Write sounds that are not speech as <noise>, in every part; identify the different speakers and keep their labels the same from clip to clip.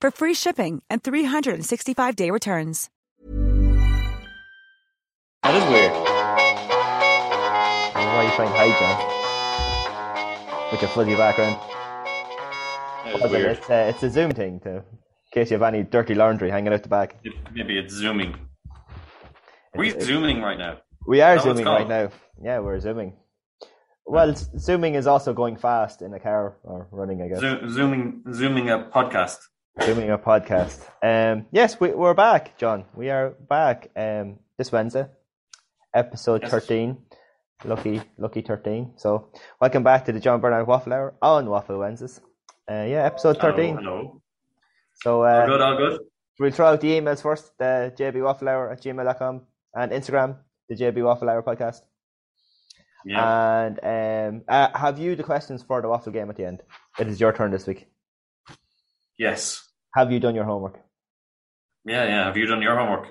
Speaker 1: for free shipping and 365-day returns.
Speaker 2: That is weird. Why are you playing hide, John? With your fuzzy background.
Speaker 3: That is
Speaker 2: Puzzle,
Speaker 3: weird.
Speaker 2: It's, uh, it's a Zoom thing, to, in case you have any dirty laundry hanging out the back.
Speaker 3: It- maybe it's zooming. We're zooming right now.
Speaker 2: We are
Speaker 3: Is that what
Speaker 2: zooming
Speaker 3: it's
Speaker 2: right
Speaker 3: called?
Speaker 2: now. Yeah, we're zooming. Well, s- zooming is also going fast in a car or running, I guess.
Speaker 3: Zo- zooming, zooming a podcast.
Speaker 2: Zooming a podcast. Um, yes, we, we're back, John. We are back um, this Wednesday, episode
Speaker 3: Yes.
Speaker 2: 13. Lucky, lucky 13. So, welcome back to the John Bernard Waffle Hour on Waffle Wednesdays. Uh, yeah, episode 13.
Speaker 3: Hello, hello.
Speaker 2: So,
Speaker 3: All good,
Speaker 2: uh,
Speaker 3: all good.
Speaker 2: we'll throw out the emails first the jbwafflehour at gmail.com and Instagram, the JB Waffle Hour podcast. Uh,
Speaker 3: Yeah.
Speaker 2: And um, uh, have you the questions for the waffle game at the end? It is your turn this week.
Speaker 3: yes.
Speaker 2: Have you done your homework?
Speaker 3: Yeah, yeah. Have you done your homework?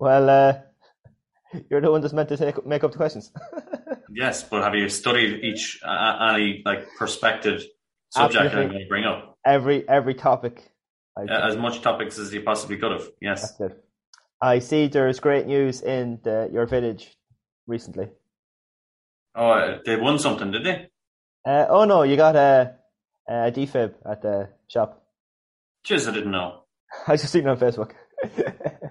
Speaker 2: Well, uh, <laughs> you're the one that's meant to take, make up the questions. <laughs>
Speaker 3: Yes, but have you studied each uh, any like prospective subject that I'm
Speaker 2: Absolutely.
Speaker 3: going to bring up?
Speaker 2: every every topic. I,
Speaker 3: Uh, As much topics as you possibly could have. Yes.
Speaker 2: that's good. I see there's great news in the, your village recently.
Speaker 3: Oh, uh, they won something, did they?
Speaker 2: Uh, oh no, you got a, a defib at the shop. <laughs>
Speaker 3: Cheers, I didn't know.
Speaker 2: I just seen it on Facebook. <laughs>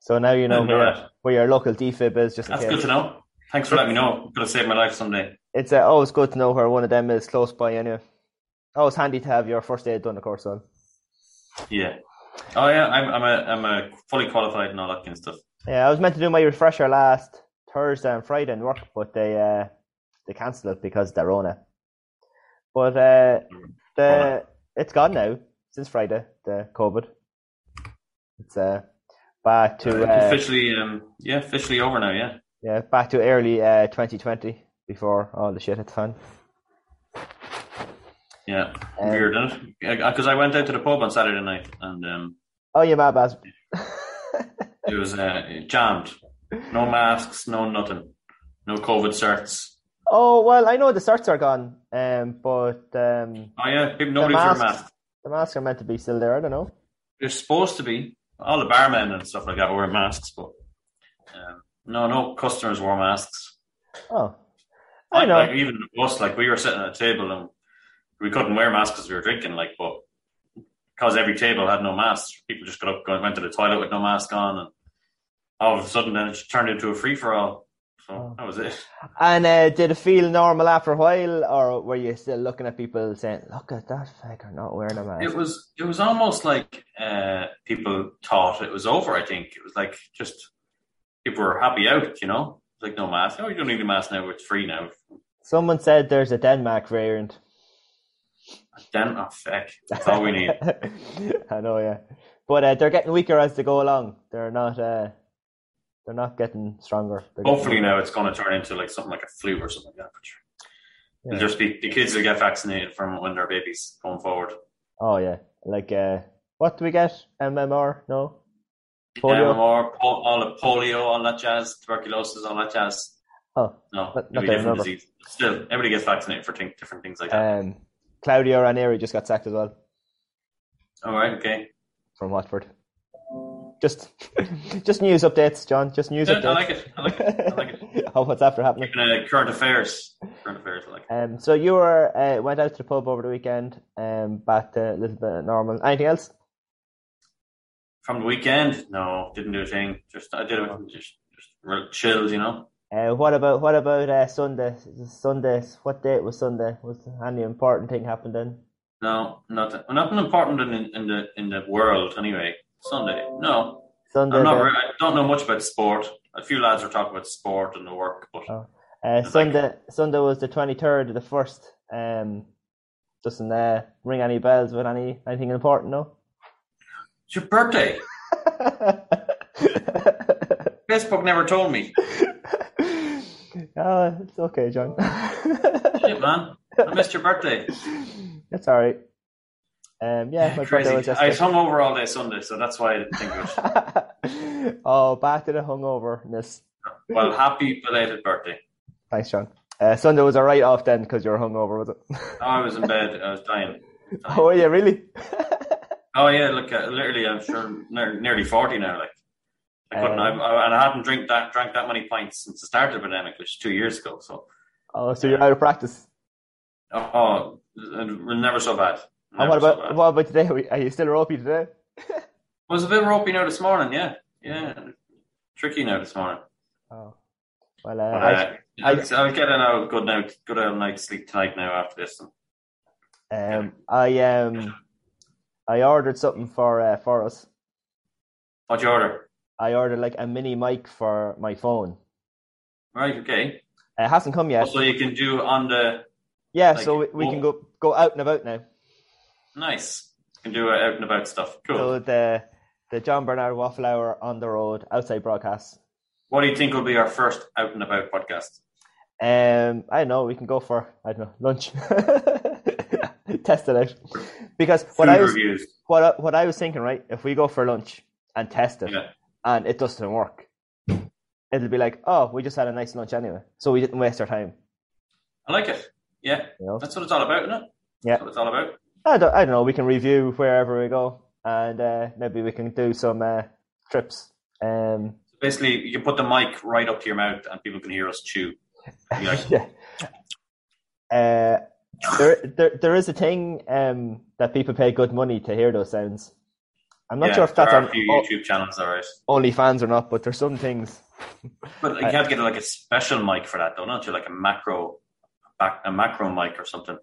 Speaker 2: so now you know
Speaker 3: Didn't know
Speaker 2: where,
Speaker 3: that.
Speaker 2: where your local defib is. Just in
Speaker 3: That's
Speaker 2: case.
Speaker 3: good to know. Thanks for letting me know. Could have saved my life someday.
Speaker 2: it's uh, always good to know where one of them is close by anyway. Always handy to have your first aid done, of course, on.
Speaker 3: Yeah. Oh yeah, I'm I'm a I'm a fully qualified and all that kind of stuff.
Speaker 2: Yeah, I was meant to do my refresher last Thursday and Friday and work, but they uh, they cancelled it because they're on it. But uh, the it's gone now since Friday. The COVID, it's uh, back to uh,
Speaker 3: officially, um, yeah, officially over now. Yeah.
Speaker 2: yeah back to early uh, 2020 before all the shit hit the fan.
Speaker 3: Yeah,
Speaker 2: Uh, Um,
Speaker 3: weird, isn't it? Because I went out to the pub on Saturday night and um,
Speaker 2: Oh, you mad bastard!
Speaker 3: it was uh, jammed. No masks, no nothing, no COVID certs.
Speaker 2: <laughs> oh well, I know the certs are gone, um, but um,
Speaker 3: Oh yeah, people,
Speaker 2: the
Speaker 3: nobody's wearing
Speaker 2: masks,
Speaker 3: masks.
Speaker 2: the masks are meant to be still there. I don't know.
Speaker 3: They're supposed to be. All the barmen and stuff like that were wearing masks, but um, no, no customers wore masks.
Speaker 2: Oh, I
Speaker 3: Like-
Speaker 2: know.
Speaker 3: Like, even us, like we were sitting at a table and we couldn't wear masks because we were drinking. Like, but because every table had no masks, people just got up, going, went to the toilet with no mask on, and all of a sudden, then it just turned into a free for all. So
Speaker 2: Oh.
Speaker 3: that was it.
Speaker 2: And uh, did it feel normal after a while, or were you still looking at people saying, "Look at that fucker not wearing a mask"?
Speaker 3: It was it was almost like uh, people thought it was over. I think it was like just people were happy out. You know, it's like no mask. Oh, you don't need a mask now. It's free now.
Speaker 2: Someone said there's a Denmark variant.
Speaker 3: Then oh fuck, that's all we need.
Speaker 2: <laughs> I know, yeah. But uh, they're getting weaker as they go along. They're not. Uh, they're not getting stronger. They're getting
Speaker 3: Hopefully
Speaker 2: weaker.
Speaker 3: now it's going to turn into like something like a flu or something like that. But
Speaker 2: Yeah.
Speaker 3: It'll just be the kids will get vaccinated from when they're babies going forward.
Speaker 2: Oh yeah, like uh, what do we get? MMR? No. Polio?
Speaker 3: MMR, Um, pol- all the polio, all that jazz, tuberculosis, all that jazz.
Speaker 2: oh,
Speaker 3: No,
Speaker 2: Not- not
Speaker 3: maybe
Speaker 2: that I
Speaker 3: different
Speaker 2: remember.
Speaker 3: disease. Still, everybody gets vaccinated for think- different things like that.
Speaker 2: um, Claudio Ranieri just got sacked as well
Speaker 3: all right, okay.
Speaker 2: from Watford. Just, <laughs> just news updates, John. Just news
Speaker 3: Yeah,
Speaker 2: updates.
Speaker 3: I like it. I like it. I like
Speaker 2: <laughs>
Speaker 3: it.
Speaker 2: oh, what's after happening?
Speaker 3: Even, uh, current affairs. Current affairs, I like it.
Speaker 2: Um, so you were uh, went out to the pub over the weekend, um, back to a little bit normal. Anything else?
Speaker 3: from the weekend, no, didn't do a thing. Just I did it with- just just real chilled, you know.
Speaker 2: Uh, what about what about uh, Sunday? Sunday. What date was Sunday? Was any important thing happened then?
Speaker 3: No, nothing. Nothing important in, in the in the world anyway. Sunday, no.
Speaker 2: Sunday.
Speaker 3: I'm not.
Speaker 2: the-
Speaker 3: Re- I don't know much about sport. A few lads were talking about sport and the work, but
Speaker 2: Oh. Uh, Sunday, Sunday was the twenty third of the first. Um, doesn't uh, ring any bells with any anything important, no. <laughs>
Speaker 3: it's your birthday. Facebook never told me.
Speaker 2: oh, it's okay, John.
Speaker 3: Shit, man, I missed your birthday.
Speaker 2: it's all right. Um, <laughs> yeah, my
Speaker 3: Crazy.
Speaker 2: brother was just.
Speaker 3: I was hungover all day Sunday, so that's why I didn't think of it.
Speaker 2: <laughs> oh, back to the hungoverness.
Speaker 3: well, happy belated birthday.
Speaker 2: Thanks, John. Uh, Sunday was a write off then because you were hungover, was it? <laughs>
Speaker 3: Oh, I was in bed. I was dying.
Speaker 2: oh, yeah, really?
Speaker 3: Oh yeah, look, uh, literally, I'm sure near, nearly forty now. Like, I couldn't,
Speaker 2: Um,
Speaker 3: I, I, and I hadn't drink that drank that many pints since the start of the pandemic, which is two years ago. So,
Speaker 2: Oh, so you're out of practice.
Speaker 3: oh, oh it was never so bad.
Speaker 2: And
Speaker 3: Never
Speaker 2: what
Speaker 3: so
Speaker 2: about
Speaker 3: bad.
Speaker 2: what about today? Are you- Are you still ropey today?
Speaker 3: I was a bit ropey now this morning. Yeah, yeah, tricky now this morning.
Speaker 2: Oh, well, uh,
Speaker 3: But,
Speaker 2: I-
Speaker 3: uh, I, will get an hour good night, good old night's sleep tonight. Now after this, and
Speaker 2: um, I um, I ordered something for uh, for us.
Speaker 3: what'd you order?
Speaker 2: I ordered like a mini mic for my phone.
Speaker 3: Right, okay.
Speaker 2: It hasn't come yet.
Speaker 3: So you can do on the
Speaker 2: yeah,
Speaker 3: like,
Speaker 2: so we, we can
Speaker 3: whoa.
Speaker 2: go go out and about now.
Speaker 3: nice. You can do uh, out and about stuff. Cool.
Speaker 2: So the the John Bernard Waffle Hour on the road outside broadcast.
Speaker 3: what do you think will be our first out and about podcast?
Speaker 2: Um, I don't know. We can go for I don't know lunch. <laughs> Test it out because what
Speaker 3: Food
Speaker 2: I was
Speaker 3: reviews.
Speaker 2: what I, what I was thinking right. If we go for lunch and test it,
Speaker 3: Yeah.
Speaker 2: and it doesn't work, it'll be like, oh, we just had a nice lunch anyway, so we didn't waste our time.
Speaker 3: I like it. Yeah,
Speaker 2: You know?
Speaker 3: that's what it's all about, isn't it?
Speaker 2: Yeah.
Speaker 3: That's what it's all about.
Speaker 2: I don't, I don't know. We can review wherever we go, and uh, maybe we can do some uh, trips. Um,
Speaker 3: Basically, you can put the mic right up to your mouth and people can hear us chew. Be like,
Speaker 2: <laughs> yeah. Uh, there, there, there is a thing um, that people pay good money to hear those sounds. I'm not
Speaker 3: yeah,
Speaker 2: sure if
Speaker 3: there
Speaker 2: that's
Speaker 3: are
Speaker 2: on
Speaker 3: a few
Speaker 2: o-
Speaker 3: YouTube channels, all right.
Speaker 2: OnlyFans or not, but there's some things.
Speaker 3: But you have to get like a special mic for that, though, don't you? Like a macro, back, a macro mic or something.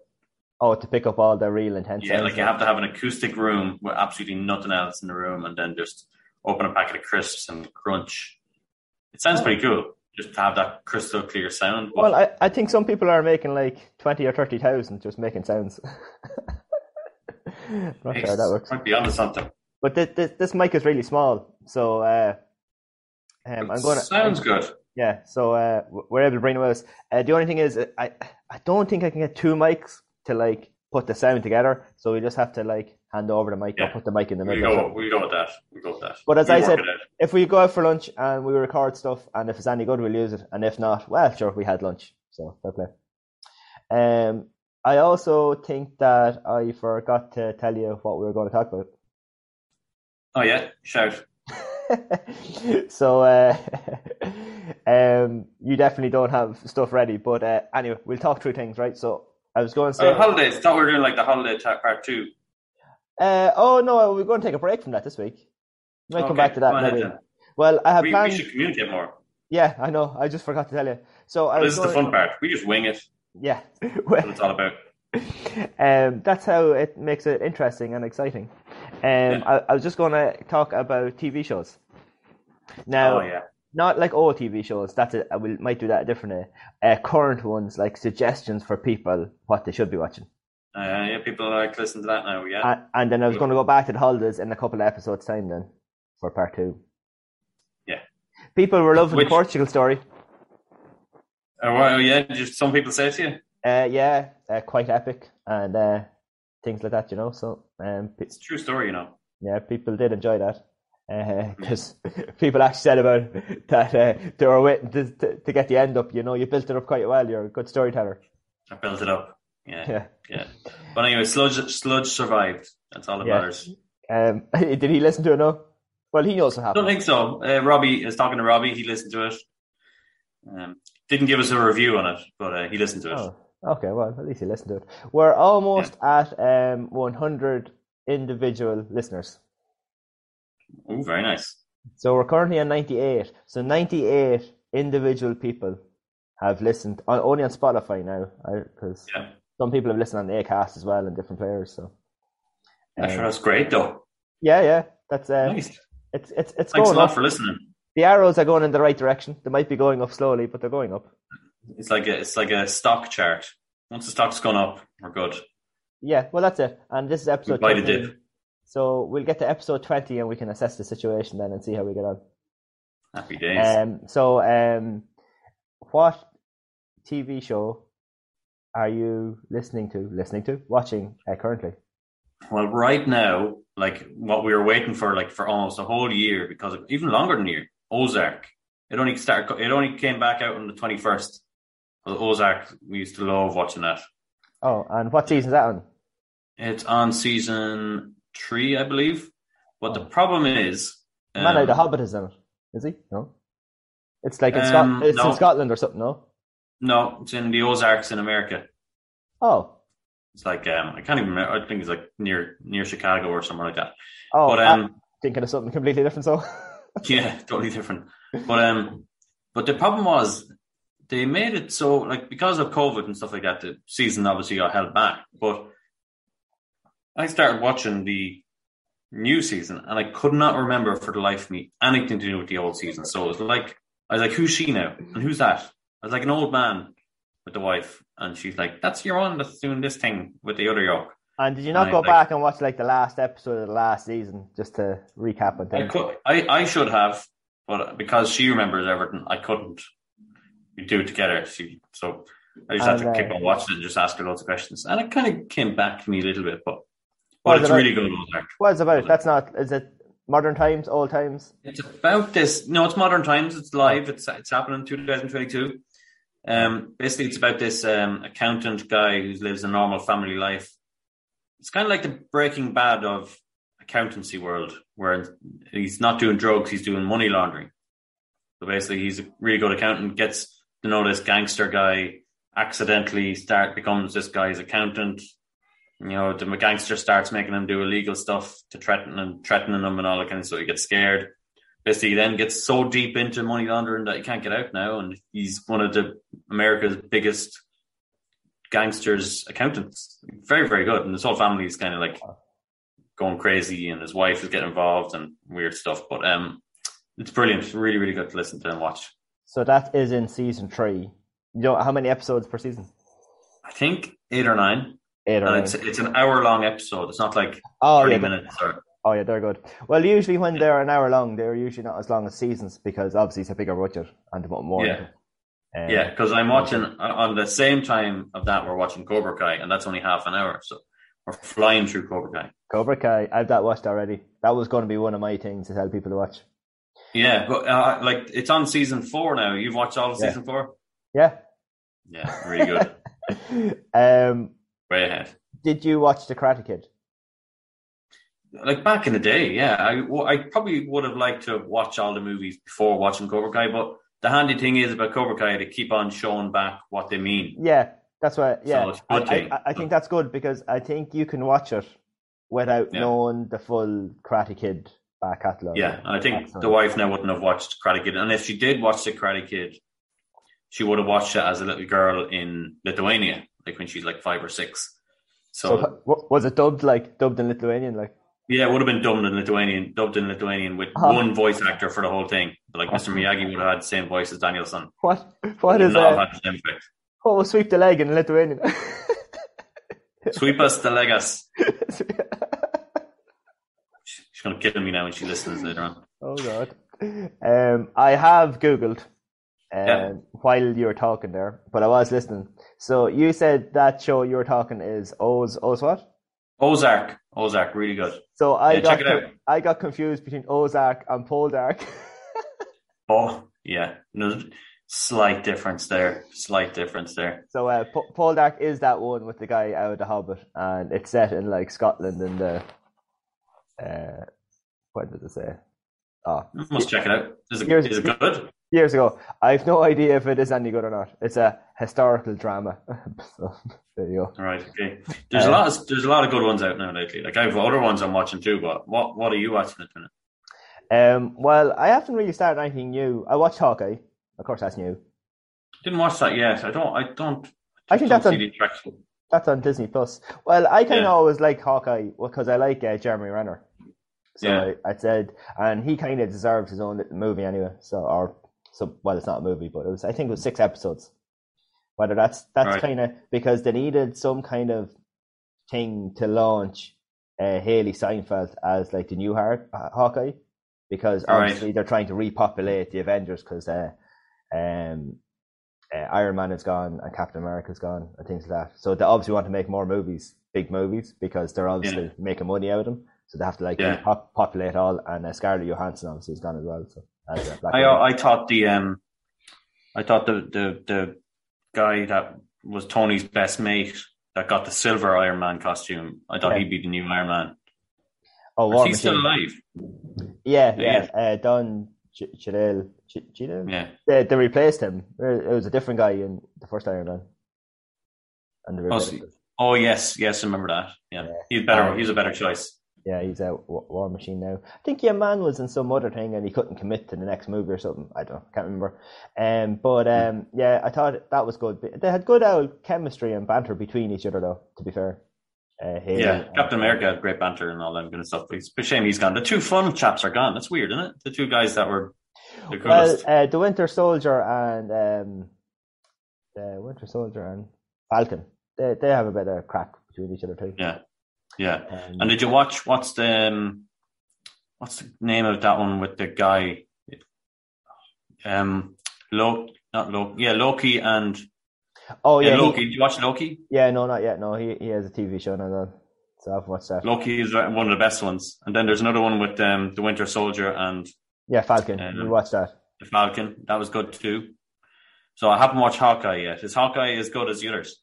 Speaker 2: Oh, to pick up all the real intense.
Speaker 3: Yeah,
Speaker 2: sounds.
Speaker 3: like you have to have an acoustic room with absolutely nothing else in the room, and then just open a packet of crisps and crunch. It sounds pretty cool, just to have that crystal clear sound. But
Speaker 2: Oh. Well, I, I think some people are making like twenty or thirty thousand just making sounds. <laughs> Not sure how that works.
Speaker 3: Might be onto something.
Speaker 2: But this, this, this mic is really small, so uh, um, I'm gonna
Speaker 3: Sounds good.
Speaker 2: yeah. So uh, w- we're able to bring it with us. Uh, the only thing is, I I don't think I can get two mics to like put the sound together. So we just have to like hand over the mic or
Speaker 3: Yeah.
Speaker 2: put the mic in the
Speaker 3: We
Speaker 2: middle.
Speaker 3: go. We go with that. We go with that.
Speaker 2: But as
Speaker 3: We
Speaker 2: I
Speaker 3: work
Speaker 2: said-
Speaker 3: it out.
Speaker 2: If we go out for lunch and we record stuff, and if it's any good, we'll use it. And if not, well, sure, we had lunch, so fair play. Um, I also think that I forgot to tell you what we were going to talk about.
Speaker 3: oh yeah, shout.
Speaker 2: <laughs> so uh, um, you definitely don't have stuff ready, but uh, anyway, we'll talk through things, right? So I was going to say,
Speaker 3: Oh, holidays. Thought we were doing like the holiday ta- part two.
Speaker 2: uh, oh no, we're going to take a break from that this week. We might come back
Speaker 3: Okay,
Speaker 2: to that
Speaker 3: go ahead
Speaker 2: maybe.
Speaker 3: then.
Speaker 2: Well, I have
Speaker 3: We, we
Speaker 2: plans.
Speaker 3: should communicate more.
Speaker 2: Yeah, I know. I just forgot to tell you. So I
Speaker 3: This
Speaker 2: was
Speaker 3: is the
Speaker 2: going-
Speaker 3: fun part. We just wing it.
Speaker 2: Yeah, <laughs>
Speaker 3: That's what it's all about.
Speaker 2: um, that's how it makes it interesting and exciting. Um, I, I was just going to talk about TV shows. Now,
Speaker 3: Oh yeah.
Speaker 2: not like all TV shows. That's it. I will, might do that a different day. Uh, current ones, like suggestions for people what they should be watching.
Speaker 3: Uh, yeah, people like listen to that now. Yeah.
Speaker 2: And, and then I was going to go back to the holidays in a couple of episodes time then for part two.
Speaker 3: Yeah.
Speaker 2: People were loving
Speaker 3: Which-
Speaker 2: the Portugal story.
Speaker 3: oh well, yeah. Just some people say to you,
Speaker 2: Uh, yeah, uh, quite epic and uh, things like that, you know. So um, pe-
Speaker 3: it's a true story, you know.
Speaker 2: yeah, people did enjoy that. <laughs>
Speaker 3: Mm.
Speaker 2: Because people actually said about that uh, they were waiting to, to, to get the end up. You know, you built it up quite well. You're a good storyteller.
Speaker 3: I built it up. Yeah.
Speaker 2: Yeah.
Speaker 3: Yeah. But anyway, sludge sludge survived. That's all that
Speaker 2: Yeah.
Speaker 3: matters.
Speaker 2: Um, <laughs> did he listen to it? No. Well, he knows what
Speaker 3: I don't
Speaker 2: happened.
Speaker 3: think so. Uh, Robbie is talking to Robbie. He listened to it. Um, didn't give us a review on it, but uh, he listened to it.
Speaker 2: Oh, okay. Well, at least he listened to it. We're almost at um 100 individual listeners.
Speaker 3: Ooh, very nice.
Speaker 2: So we're currently on 98. So 98 individual people have listened on, only on Spotify now, because
Speaker 3: Yeah.
Speaker 2: some people have listened on the Acast as well and different players. So
Speaker 3: I'm
Speaker 2: Um,
Speaker 3: sure that's great, though.
Speaker 2: yeah, yeah, that's uh,
Speaker 3: nice.
Speaker 2: it's it's it's
Speaker 3: Thanks a
Speaker 2: going
Speaker 3: lot
Speaker 2: up.
Speaker 3: for listening.
Speaker 2: the arrows are going in the right direction. They might be going up slowly, but they're going up.
Speaker 3: It's like a, it's like a stock chart. Once the stock's gone up, we're good.
Speaker 2: Yeah, well, that's it. And this is episode.
Speaker 3: Goodbye to
Speaker 2: 20.
Speaker 3: dip.
Speaker 2: So we'll get to episode twenty, and we can assess the situation then and see how we get on.
Speaker 3: Happy days.
Speaker 2: Um, so, um, what TV show are you listening to? Listening to? Watching uh, currently?
Speaker 3: well, right now, like what we were waiting for, like for almost a whole year, because even longer than a year, Ozark. It only started. It only came back out on the twenty first. Ozark, we used to love watching that.
Speaker 2: Oh, and what season's that on?
Speaker 3: It's on season three, I believe. But the
Speaker 2: Oh.
Speaker 3: problem is,
Speaker 2: Man, Man,
Speaker 3: um,
Speaker 2: out, the Hobbit is in it. Is he? No. It's like in,
Speaker 3: Um,
Speaker 2: Scot- it's
Speaker 3: no.
Speaker 2: in Scotland or something. No.
Speaker 3: no, it's in the Ozarks in America.
Speaker 2: Oh.
Speaker 3: It's like um, I can't even remember. I think it's like near near Chicago or somewhere like that.
Speaker 2: Oh,
Speaker 3: but um,
Speaker 2: I'm thinking of something completely different. So. <laughs>
Speaker 3: <laughs> yeah, totally different. But um, but the problem was they made it so like because of COVID and stuff like that, the season obviously got held back. But I started watching the new season, and I could not remember for the life of me anything to do with the old season. So it was like I was like, "Who's she now? And who's that?" I was like an old man with the wife, and she's like, "That's your one that's doing this thing with the other yoke."
Speaker 2: and did you not
Speaker 3: I
Speaker 2: go
Speaker 3: like-
Speaker 2: back and watch like the last episode of the last season just to recap and
Speaker 3: I
Speaker 2: things?
Speaker 3: could, I, I should have, but because she remembers everything, I couldn't. We do it together. She, so I just had to
Speaker 2: And, uh,
Speaker 3: keep on watching it and just ask her loads of questions, and it kind of came back to me a little bit, but
Speaker 2: What
Speaker 3: but
Speaker 2: is
Speaker 3: it's
Speaker 2: it about?
Speaker 3: really good. Ozark.
Speaker 2: What is it about? That's not. Is it modern times? Old times?
Speaker 3: It's about this. No, it's modern times. It's live. It's it's happening in 2022. Um, basically, it's about this um, accountant guy who lives a normal family life. It's kind of like the Breaking Bad of accountancy world, where he's not doing drugs, he's doing money laundering. So basically, he's a really good accountant. Gets to know this gangster guy. Accidentally, start becomes this guy's accountant. You know, the gangster starts making him do illegal stuff to threaten and threatening him and all that kind of. So he gets scared basically he then gets so deep into money laundering that he can't get out now, and he's one of the America's biggest gangsters accountants. Very, very good, and his whole family is kind of like going crazy, and his wife is getting involved and weird stuff. But um, it's brilliant. It's really, really good to listen to and watch.
Speaker 2: So that is in season three. You know how many episodes per season?
Speaker 3: I think eight or nine,
Speaker 2: Eight or
Speaker 3: and
Speaker 2: nine.
Speaker 3: it's it's an hour long episode. It's not like
Speaker 2: Oh
Speaker 3: thirty
Speaker 2: yeah, they're-
Speaker 3: minutes or
Speaker 2: oh yeah, they're good. Well, usually when they're an hour long, they're usually not as long as seasons because obviously it's a bigger budget and they want more. Uh,
Speaker 3: Yeah. Yeah, because I'm watching on the same time of that we're watching Cobra Kai, and that's only half an hour, so we're flying through Cobra Kai.
Speaker 2: Cobra Kai, I've that watched already. That was going to be one of my things to tell people to watch.
Speaker 3: Yeah, but uh, like it's on season four now. You've watched all of
Speaker 2: Yeah.
Speaker 3: season four.
Speaker 2: Yeah. <laughs>
Speaker 3: Yeah, really good. <laughs>
Speaker 2: um,
Speaker 3: Way ahead.
Speaker 2: did you watch The Karate Kid?
Speaker 3: Like back in the day, yeah, I w- I probably would have liked to watch all the movies before watching Cobra Kai, but the handy thing is about Cobra Kai, they keep on showing back what they mean.
Speaker 2: Yeah, that's what. Yeah,
Speaker 3: it's
Speaker 2: I,
Speaker 3: good
Speaker 2: I,
Speaker 3: thing.
Speaker 2: I- I think that's good because I think you can watch it without
Speaker 3: Yeah.
Speaker 2: knowing the full Karate Kid back catalog.
Speaker 3: Yeah, and I think
Speaker 2: Excellent.
Speaker 3: the wife now wouldn't have watched Karate Kid, and if she did watch the Karate Kid, she would have watched it as a little girl in Lithuania, like when she's like five or six.
Speaker 2: So,
Speaker 3: so
Speaker 2: w- was it dubbed like dubbed in Lithuanian? Like,
Speaker 3: Yeah, it would have been dubbed in Lithuanian, dubbed in Lithuanian with
Speaker 2: Oh.
Speaker 3: one voice actor for the whole thing. Like Mr. Miyagi would have had the same voice as Danielson.
Speaker 2: what? Uh-huh. What
Speaker 3: Would
Speaker 2: is
Speaker 3: not
Speaker 2: that?
Speaker 3: have had the same effect.
Speaker 2: What was sweep the leg in Lithuanian? <laughs>
Speaker 3: Sweepas de Legas. She- She's gonna kill me now when she listens later on.
Speaker 2: oh god. Um, I have googled um,
Speaker 3: Yeah.
Speaker 2: while you were talking there, but I was listening. So you said that show you were talking is Oz Oz what?
Speaker 3: Ozark, Ozark, really good.
Speaker 2: So I
Speaker 3: Yeah,
Speaker 2: got
Speaker 3: check it out.
Speaker 2: I got confused between Ozark and Poldark. <laughs>
Speaker 3: Oh yeah, no slight difference there, slight difference there.
Speaker 2: so uh, P- Poldark is that one with the guy out of the Hobbit, and it's set in like Scotland in the. Uh, what did it say? Oh,
Speaker 3: Must check it out. Is it,
Speaker 2: Here's-
Speaker 3: is it good?
Speaker 2: years ago. I have no idea if it is any good or not. It's a historical drama. <laughs> so, there you go.
Speaker 3: All right, okay. There's a
Speaker 2: Uh-huh.
Speaker 3: lot. Of, there's a lot of good ones out now lately. Like I have other ones I'm watching too, but what what are you watching at the minute?
Speaker 2: Um, well, I haven't really started anything new. I watched Hawkeye. Of course, that's new.
Speaker 3: Didn't watch that yet. I don't. I don't.
Speaker 2: I think
Speaker 3: don't
Speaker 2: that's
Speaker 3: see
Speaker 2: a-
Speaker 3: the attraction.
Speaker 2: That's on Disney Plus. Well, I kind of
Speaker 3: Yeah.
Speaker 2: always liked Hawkeye because I like uh, Jeremy Renner. So
Speaker 3: Yeah.
Speaker 2: I, I said, and he kind of deserves his own little movie anyway. So, or so well, it's not a movie, but it was. I think it was six episodes. Whether that's that's
Speaker 3: Right.
Speaker 2: kind of because they needed some kind of thing to launch uh, Haley Seinfeld as like the new Har- Hawkeye, because
Speaker 3: All right.
Speaker 2: obviously they're trying to repopulate the Avengers because uh, um, uh, Iron Man is gone and Captain America is gone and things like that. So they obviously want to make more movies, big movies, because they're obviously making money out of them. So they have to like
Speaker 3: Yeah.
Speaker 2: pop- populate all. And uh, Scarlett Johansson obviously is gone as well. So as, uh, Black
Speaker 3: I
Speaker 2: Widow.
Speaker 3: I thought the um, I thought the the the guy that was Tony's best mate that got the silver Iron Man costume. I thought
Speaker 2: Yeah.
Speaker 3: he'd be the new Iron Man.
Speaker 2: oh,
Speaker 3: Is
Speaker 2: War
Speaker 3: he still
Speaker 2: Machine.
Speaker 3: alive?
Speaker 2: Yeah, yeah.
Speaker 3: Yeah.
Speaker 2: Uh, Don Ch- Chidel. Ch- Chidel?
Speaker 3: Yeah.
Speaker 2: They, they replaced him. It was a different guy in the first Iron Man. And they
Speaker 3: Oh,
Speaker 2: replaced
Speaker 3: so-
Speaker 2: him.
Speaker 3: Oh yes, yes, I remember that. Yeah,
Speaker 2: Yeah.
Speaker 3: he's better.
Speaker 2: Um,
Speaker 3: he's a better choice.
Speaker 2: Yeah, he's out Wa- War Machine now. I think your man was in some other thing and he couldn't commit to the next movie or something. I don't know, can't remember. Um, but
Speaker 3: Hmm.
Speaker 2: um, yeah, I thought that was good. They had good old chemistry and banter between each other, though. To be fair, uh, Haley
Speaker 3: Yeah,
Speaker 2: and-
Speaker 3: Captain America had great banter and all that kind of stuff. But it's a shame he's gone. The two fun chaps are gone. That's weird, isn't it? The two guys that were the
Speaker 2: Well,
Speaker 3: coolest.
Speaker 2: uh, the Winter Soldier and um, the Winter Soldier and Falcon, they they have a bit of crack between each other too.
Speaker 3: Yeah. yeah.
Speaker 2: Um,
Speaker 3: And did you watch what's the um, what's the name of that one with the guy? Um, Loki, not Loki. Yeah, Loki and
Speaker 2: oh
Speaker 3: yeah,
Speaker 2: yeah, he-
Speaker 3: Loki. Did you watch Loki?
Speaker 2: yeah, no, not yet. No, he he has a TV show now. though, So I've watched that.
Speaker 3: Loki is one of the best ones. And then there's another one with um, the Winter Soldier and
Speaker 2: Yeah, Falcon.
Speaker 3: Um,
Speaker 2: we watched that.
Speaker 3: the Falcon. That was good too. So I haven't watched Hawkeye yet. Is Hawkeye as good as the others?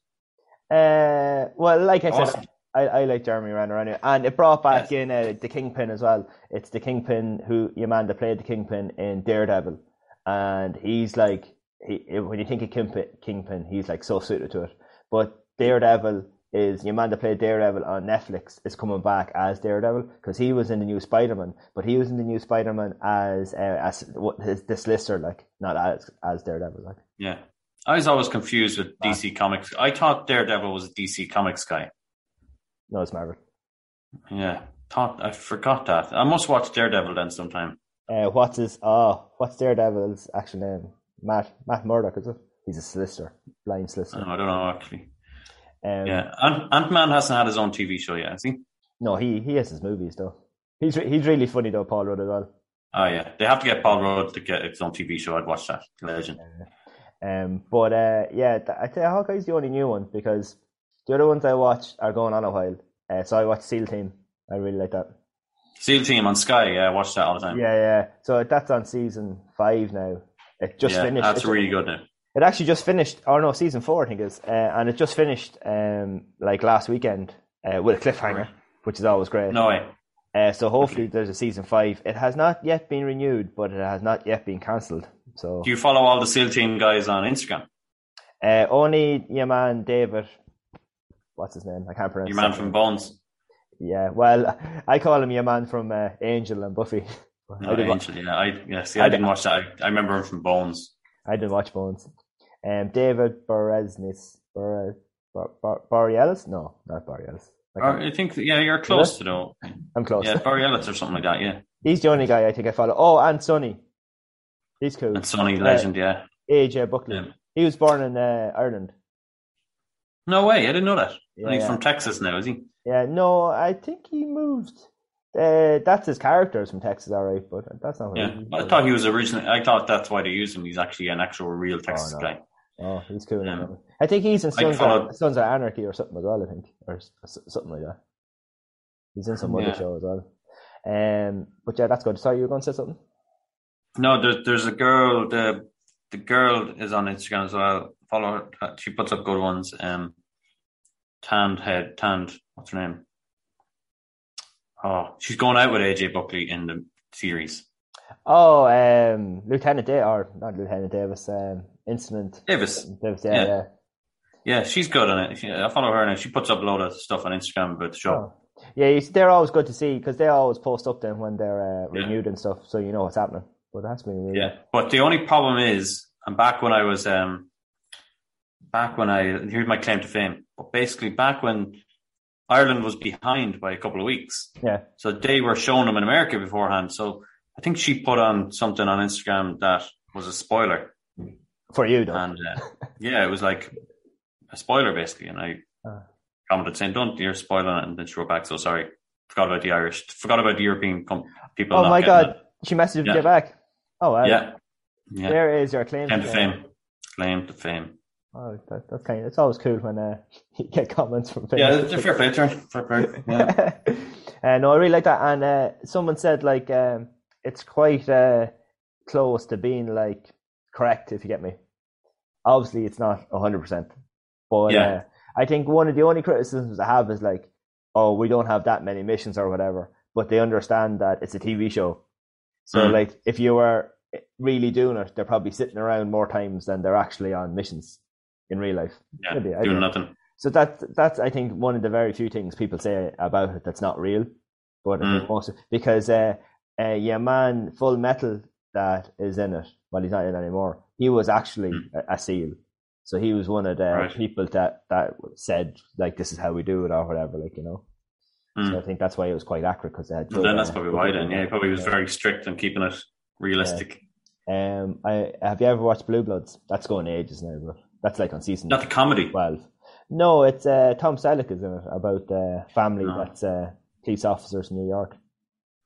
Speaker 2: Uh, well, like I
Speaker 3: Awesome.
Speaker 2: said, I, I like Jeremy Renner anyway, and it brought back in uh, the Kingpin as well. It's the Kingpin who your man that played the Kingpin in Daredevil, and he's like, he, when you think of Kingpin, Kingpin, he's like so suited to it. But Daredevil is your man that played Daredevil on Netflix is coming back as Daredevil because he was in the new Spider Man, but he was in the new Spider Man as uh, as what his the solicitor, like not as as Daredevil, like.
Speaker 3: Yeah. I was always confused with DC Comics. I thought Daredevil was a DC Comics guy.
Speaker 2: No, it's Marvel.
Speaker 3: Yeah. Thought I forgot that. I must watch Daredevil then sometime.
Speaker 2: Uh, what's his? Oh, what's Daredevil's actual name? Matt Matt Murdock is it? He's a solicitor, blind
Speaker 3: I
Speaker 2: solicitor.
Speaker 3: don't know actually.
Speaker 2: Um,
Speaker 3: Oh, Yeah. Ant Ant Man hasn't had his own TV show yet, has he?
Speaker 2: No, he he has his movies though. He's re- he's really funny though, Paul Rudd as well.
Speaker 3: Oh yeah. They have to get Paul Rudd to get his own TV show. I'd watch that. Legend.
Speaker 2: Um, but uh, yeah, th- I tell you, Hawkeye's the only new one because the other ones I watch are going on a while. Uh, so I watched Seal Team. I really like that.
Speaker 3: SEAL Team on Sky, yeah, I watch that all the time.
Speaker 2: Yeah, yeah. So that's on season five now. It just
Speaker 3: Yeah,
Speaker 2: finished.
Speaker 3: that's
Speaker 2: It's-
Speaker 3: really good now.
Speaker 2: It actually just finished, or no, season four, I think it is, uh, and it just finished um, like last weekend uh, with a cliffhanger, which is always great.
Speaker 3: No way.
Speaker 2: Uh, so hopefully there's a season five. It has not yet been renewed, but it has not yet been cancelled. So
Speaker 3: Do you follow all the SEAL Team guys on Instagram?
Speaker 2: uh, only your man David, what's his name? I can't pronounce.
Speaker 3: Your man
Speaker 2: it.
Speaker 3: from Bones.
Speaker 2: yeah. Well, <laughs> I call him your man from uh, Angel and Buffy. <laughs>
Speaker 3: No,
Speaker 2: I, didn't wa-
Speaker 3: Angel, yeah. I yeah, see I,
Speaker 2: I did-
Speaker 3: didn't watch that. I, I remember him from Bones.
Speaker 2: I didn't watch Bones. Um, David Boresnis, Bore, Bor, Bor, Borealis? No, not Borealis. I
Speaker 3: Or,
Speaker 2: can't-
Speaker 3: I think yeah, you're close
Speaker 2: it?
Speaker 3: to though.
Speaker 2: I'm close.
Speaker 3: Yeah, Barry Ellis or something like that. Yeah,
Speaker 2: He's the only guy I think I follow. Oh, and Sonny. He's cool.
Speaker 3: and Sonny Legend. Yeah,
Speaker 2: AJ Buckley.
Speaker 3: Yeah.
Speaker 2: He was born in uh, Ireland.
Speaker 3: no way, I didn't know that.
Speaker 2: Yeah,
Speaker 3: and he's
Speaker 2: yeah.
Speaker 3: from Texas now, is he?
Speaker 2: Yeah, no, I think he moved. Uh, that's his character is from Texas, all right, but that's not what
Speaker 3: Yeah,
Speaker 2: he-
Speaker 3: I thought he was originally. I thought that's why they used him. He's actually an actual real Texas
Speaker 2: no.
Speaker 3: guy.
Speaker 2: Oh, he's cool.
Speaker 3: Yeah.
Speaker 2: man. I think he's in Sons,
Speaker 3: follow-
Speaker 2: of, Sons of Anarchy or something as well, I think, or s- s- something like that. He's in some other
Speaker 3: Yeah.
Speaker 2: show as well. Um, but yeah, that's good. Sorry, you were going to say something?
Speaker 3: No, there's there's a girl. The the girl is on Instagram as well. Follow her. Uh, She puts up good ones. Um, tanned head, tanned. What's her name? Oh, she's going out with AJ Buckley in the series.
Speaker 2: Oh, um, Lieutenant Davis, or not Lieutenant Davis, um, Incident
Speaker 3: Davis.
Speaker 2: Davis, yeah,
Speaker 3: Yeah.
Speaker 2: yeah.
Speaker 3: Yeah, she's good on it. She, I follow her now. She puts up a load of stuff on Instagram about the show.
Speaker 2: Oh. Yeah, you see, they're always good to see because they always post up then when they're uh,
Speaker 3: Yeah.
Speaker 2: renewed and stuff, so you know what's happening. But that's been really
Speaker 3: Yeah, but the only problem is, and back when I was, um, back when I and here's my claim to fame, but basically back when Ireland was behind by a couple of weeks,
Speaker 2: yeah,
Speaker 3: so they were showing them in America beforehand. So I think she put on something on Instagram that was a spoiler,
Speaker 2: for you though.
Speaker 3: and uh, yeah, it was like a spoiler basically, and I
Speaker 2: Ah.
Speaker 3: commented saying, "Don't you're spoiling it," and then she wrote back, "So sorry." Forgot about the Irish. Forgot about the European com- people.
Speaker 2: oh
Speaker 3: not
Speaker 2: my
Speaker 3: getting
Speaker 2: god,
Speaker 3: it."
Speaker 2: she messaged
Speaker 3: Yeah.
Speaker 2: you back. Oh wow,
Speaker 3: Yeah, yeah.
Speaker 2: there is your claim.
Speaker 3: Claim to
Speaker 2: fame.
Speaker 3: fame. Claim to fame.
Speaker 2: Oh, that, that's kind. Of, it's always cool when uh, <laughs> you get comments from
Speaker 3: Yeah,
Speaker 2: famous
Speaker 3: it's a fair play, Turn. Fair play. Yeah.
Speaker 2: <laughs> uh, no, I really like that. And uh, someone said like um, it's quite uh, close to being like correct, if you get me. Obviously, it's not hundred percent, but
Speaker 3: Yeah.
Speaker 2: uh, I think one of the only criticisms I have is like, oh, we don't have that many missions or whatever. But they understand that it's a TV show, so
Speaker 3: Mm.
Speaker 2: like if you were really doing it, they're probably sitting around more times than they're actually on missions in real life.
Speaker 3: yeah.
Speaker 2: Maybe, I
Speaker 3: Doing
Speaker 2: don't-
Speaker 3: nothing.
Speaker 2: So that that's I think one of the very few things people say about it that's not real, but I
Speaker 3: Mm.
Speaker 2: think most because uh, uh, your man Full Metal that is in it, well he's not in it anymore. He was actually a, a seal, so he was one of the
Speaker 3: Hmm. Right.
Speaker 2: people that that said like this is how we do it or whatever, like you know.
Speaker 3: Mm.
Speaker 2: So I think that's why it was quite accurate because
Speaker 3: Well, then that's probably why. Then yeah, he probably was very strict on keeping it realistic.
Speaker 2: Um, I have you ever watched Blue Bloods? That's going ages now, but that's like on season
Speaker 3: Not the comedy.
Speaker 2: 12. No, it's uh, Tom Selleck is in it about uh, family
Speaker 3: No.
Speaker 2: that's uh, police officers in New York.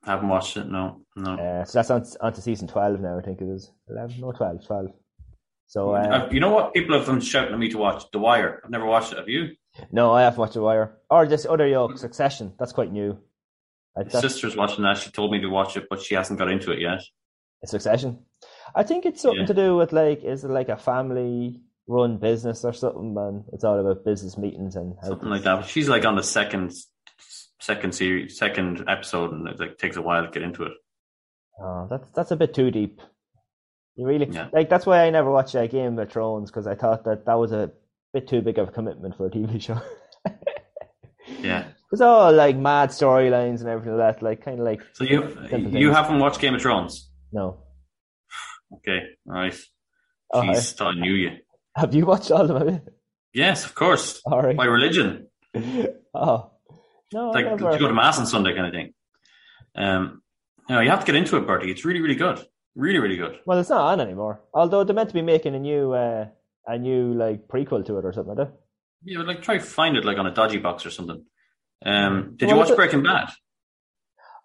Speaker 3: haven't watched it. No, no.
Speaker 2: Uh, so that's on, on to season 12 now, I think it is. 11, no, 12, 12. So, uh,
Speaker 3: Uh, you know what? People have been shouting at me to watch The Wire. I've never watched it. Have you?
Speaker 2: no, I haven't watched The Wire. Or this other yoke, Succession. That's quite new. Like,
Speaker 3: My
Speaker 2: that's-
Speaker 3: sister's watching that. She told me to watch it, but she hasn't got into it yet.
Speaker 2: It's Succession. I think it's something
Speaker 3: Yeah.
Speaker 2: to do with like, is it like a family run business or something? And it's all about business meetings and how
Speaker 3: Something
Speaker 2: things-
Speaker 3: like that. But she's like on the second, second series, second episode, and it like takes a while to get into it.
Speaker 2: Oh, that's that's a bit too deep. You really
Speaker 3: Yeah.
Speaker 2: like that's why I never watched uh, Game of Thrones because I thought that that was a bit too big of a commitment for a TV <laughs> show. <laughs>
Speaker 3: Yeah.
Speaker 2: It's all like mad storylines and everything like that, like kind of like
Speaker 3: So you
Speaker 2: Simple
Speaker 3: you
Speaker 2: things.
Speaker 3: haven't watched Game of Thrones?
Speaker 2: no.
Speaker 3: Okay, all right.
Speaker 2: Oh, I-
Speaker 3: Jeez, thought I knew you.
Speaker 2: have you watched all of them? <laughs>
Speaker 3: Yes, of course.
Speaker 2: All right.
Speaker 3: By religion.
Speaker 2: <laughs> Oh no, I
Speaker 3: like you
Speaker 2: never.
Speaker 3: go to mass on Sunday kind of thing. Um, you know, you have to get into it, Bertie. It's really, really good. Really, really good.
Speaker 2: Well, it's not on anymore. Although they're meant to be making a new, uh, a new like prequel to it or something. Like that.
Speaker 3: You know, like try to find it like on a dodgy box or something. Um, did
Speaker 2: Well,
Speaker 3: you watch
Speaker 2: the-
Speaker 3: Breaking Bad,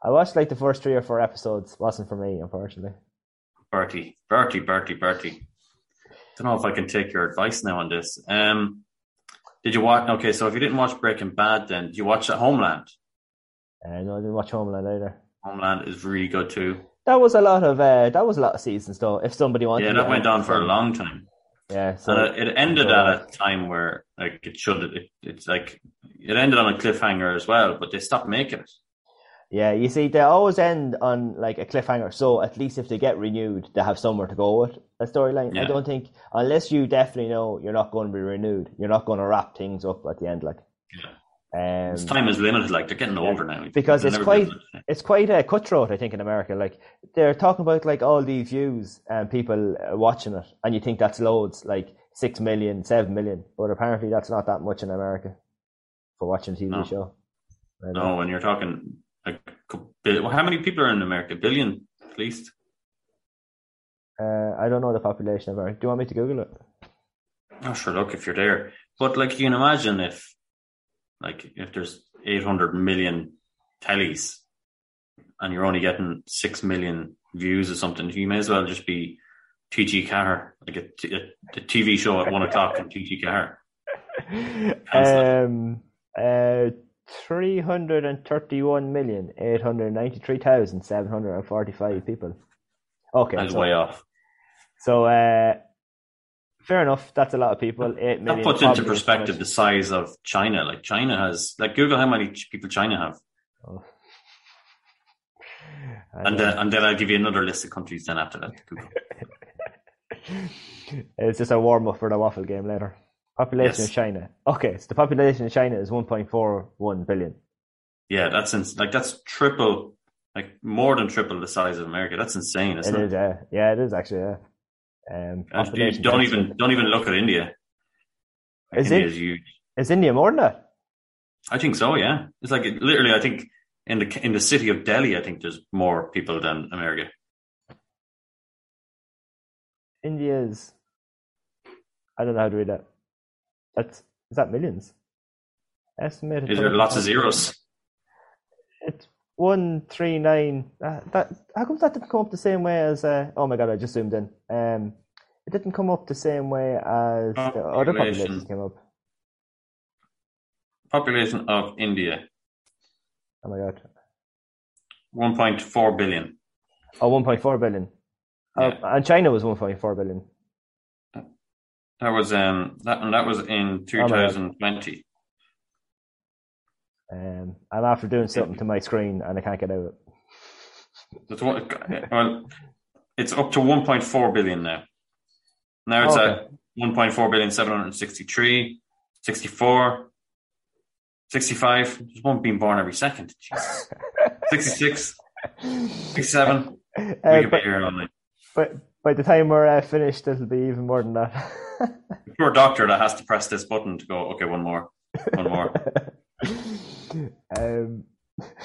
Speaker 2: I watched like the first three or four episodes. wasn't for me, unfortunately.
Speaker 3: Bertie? Bertie, Bertie, Bertie. Don't know if I can take your advice now on this. Um, did you watch? Okay, so if you didn't watch Breaking Bad, then did you watch Homeland?
Speaker 2: Uh, no, I didn't watch Homeland either.
Speaker 3: Homeland is really good too.
Speaker 2: That was a lot of uh, that was a lot of seasons though. If somebody wanted,
Speaker 3: Yeah,
Speaker 2: to
Speaker 3: that
Speaker 2: get
Speaker 3: went
Speaker 2: out,
Speaker 3: on for a long time.
Speaker 2: Yeah, so
Speaker 3: And uh, it, it ended at a time where like it should it, it's like it ended on a cliffhanger as well, but they stopped making it.
Speaker 2: yeah, you see, they always end on like a cliffhanger. So at least if they get renewed, they have somewhere to go with a storyline. I
Speaker 3: Yeah.
Speaker 2: don't think unless you definitely know you're not going to be renewed, you're not going to wrap things up at the end. Like, um,
Speaker 3: This time is limited, like they're getting older now.
Speaker 2: because
Speaker 3: They'll
Speaker 2: it's
Speaker 3: never
Speaker 2: quite
Speaker 3: be able to-
Speaker 2: it's quite uh, cutthroat, I think, in America. Like they're talking about like all these views and people uh, watching it, and you think that's loads, like six million, seven million, but apparently that's not that much in America for watching a TV
Speaker 3: No.
Speaker 2: show. I
Speaker 3: No,
Speaker 2: know.
Speaker 3: when you're talking like co- bi- well, how many people are in America? A billion at least.
Speaker 2: Uh, I don't know the population of America. Do you want me to Google it?
Speaker 3: Oh sure look if you're there. But like you can imagine if like if there's eight hundred million tellies and you're only getting six million views or something, you may as well just be TG Carr, like a, t- a, a TV show at one o'clock on TG Carr. <laughs> Cancel
Speaker 2: <laughs> Um, uh, three hundred and thirty-one million eight hundred ninety-three thousand seven hundred and forty-five people. Okay,
Speaker 3: That's
Speaker 2: so-
Speaker 3: way off.
Speaker 2: So uh, fair enough. That's a lot of people. Eight
Speaker 3: That
Speaker 2: million.
Speaker 3: puts into
Speaker 2: probably is
Speaker 3: perspective the
Speaker 2: much.
Speaker 3: size of China. Like China has, like Google how many ch- people China have, and uh, then and then I'll give you another list of countries. Then after that, Google.
Speaker 2: It's just a warm up for the waffle game later. Population
Speaker 3: Yes.
Speaker 2: of China. Okay, so the population of China is 1.41 billion.
Speaker 3: Yeah, that's ins- like that's triple, like more than triple the size of America. That's insane, isn't
Speaker 2: It
Speaker 3: it?
Speaker 2: is, yeah, yeah, it is actually. Yeah. Um,
Speaker 3: And you
Speaker 2: population
Speaker 3: don't
Speaker 2: density.
Speaker 3: even don't even look at India. Like,
Speaker 2: Is
Speaker 3: India
Speaker 2: it-
Speaker 3: is huge.
Speaker 2: Is India more than that?
Speaker 3: I think so. Yeah, it's like it, literally. I think in the in the city of Delhi, I think there's more people than America.
Speaker 2: India is. I don't know how to read that. That's is that millions? Estimated.
Speaker 3: Is there
Speaker 2: total
Speaker 3: lots of
Speaker 2: population.
Speaker 3: zeros?
Speaker 2: It's one three nine. Uh, that how come that didn't come up the same way as? Uh, oh my god! I just zoomed in. Um, it didn't come up the same way as the other
Speaker 3: Uh, Population.
Speaker 2: populations came up.
Speaker 3: Population of India,
Speaker 2: Oh my god!
Speaker 3: one point four billion.
Speaker 2: Oh, 1.4 billion. Uh, and China was 1.4 billion.
Speaker 3: That was um that and that was in
Speaker 2: Oh, my God.
Speaker 3: 2020.
Speaker 2: Um, I'm after doing something to my screen and I can't get out of it.
Speaker 3: That's what. Well, it's up to 1.4 billion now. Now it's
Speaker 2: Okay.
Speaker 3: at 1.4 billion, 763, 64, 65. There's one being born every
Speaker 2: <laughs>
Speaker 3: second. Jesus. 66, 67. we
Speaker 2: Uh,
Speaker 3: could be
Speaker 2: but,
Speaker 3: here all night.
Speaker 2: but by the time we're uh, finished, it'll be even more than that. <laughs>
Speaker 3: The poor doctor that has to press this button to go. Okay, one more, one
Speaker 2: <laughs>
Speaker 3: more.
Speaker 2: um,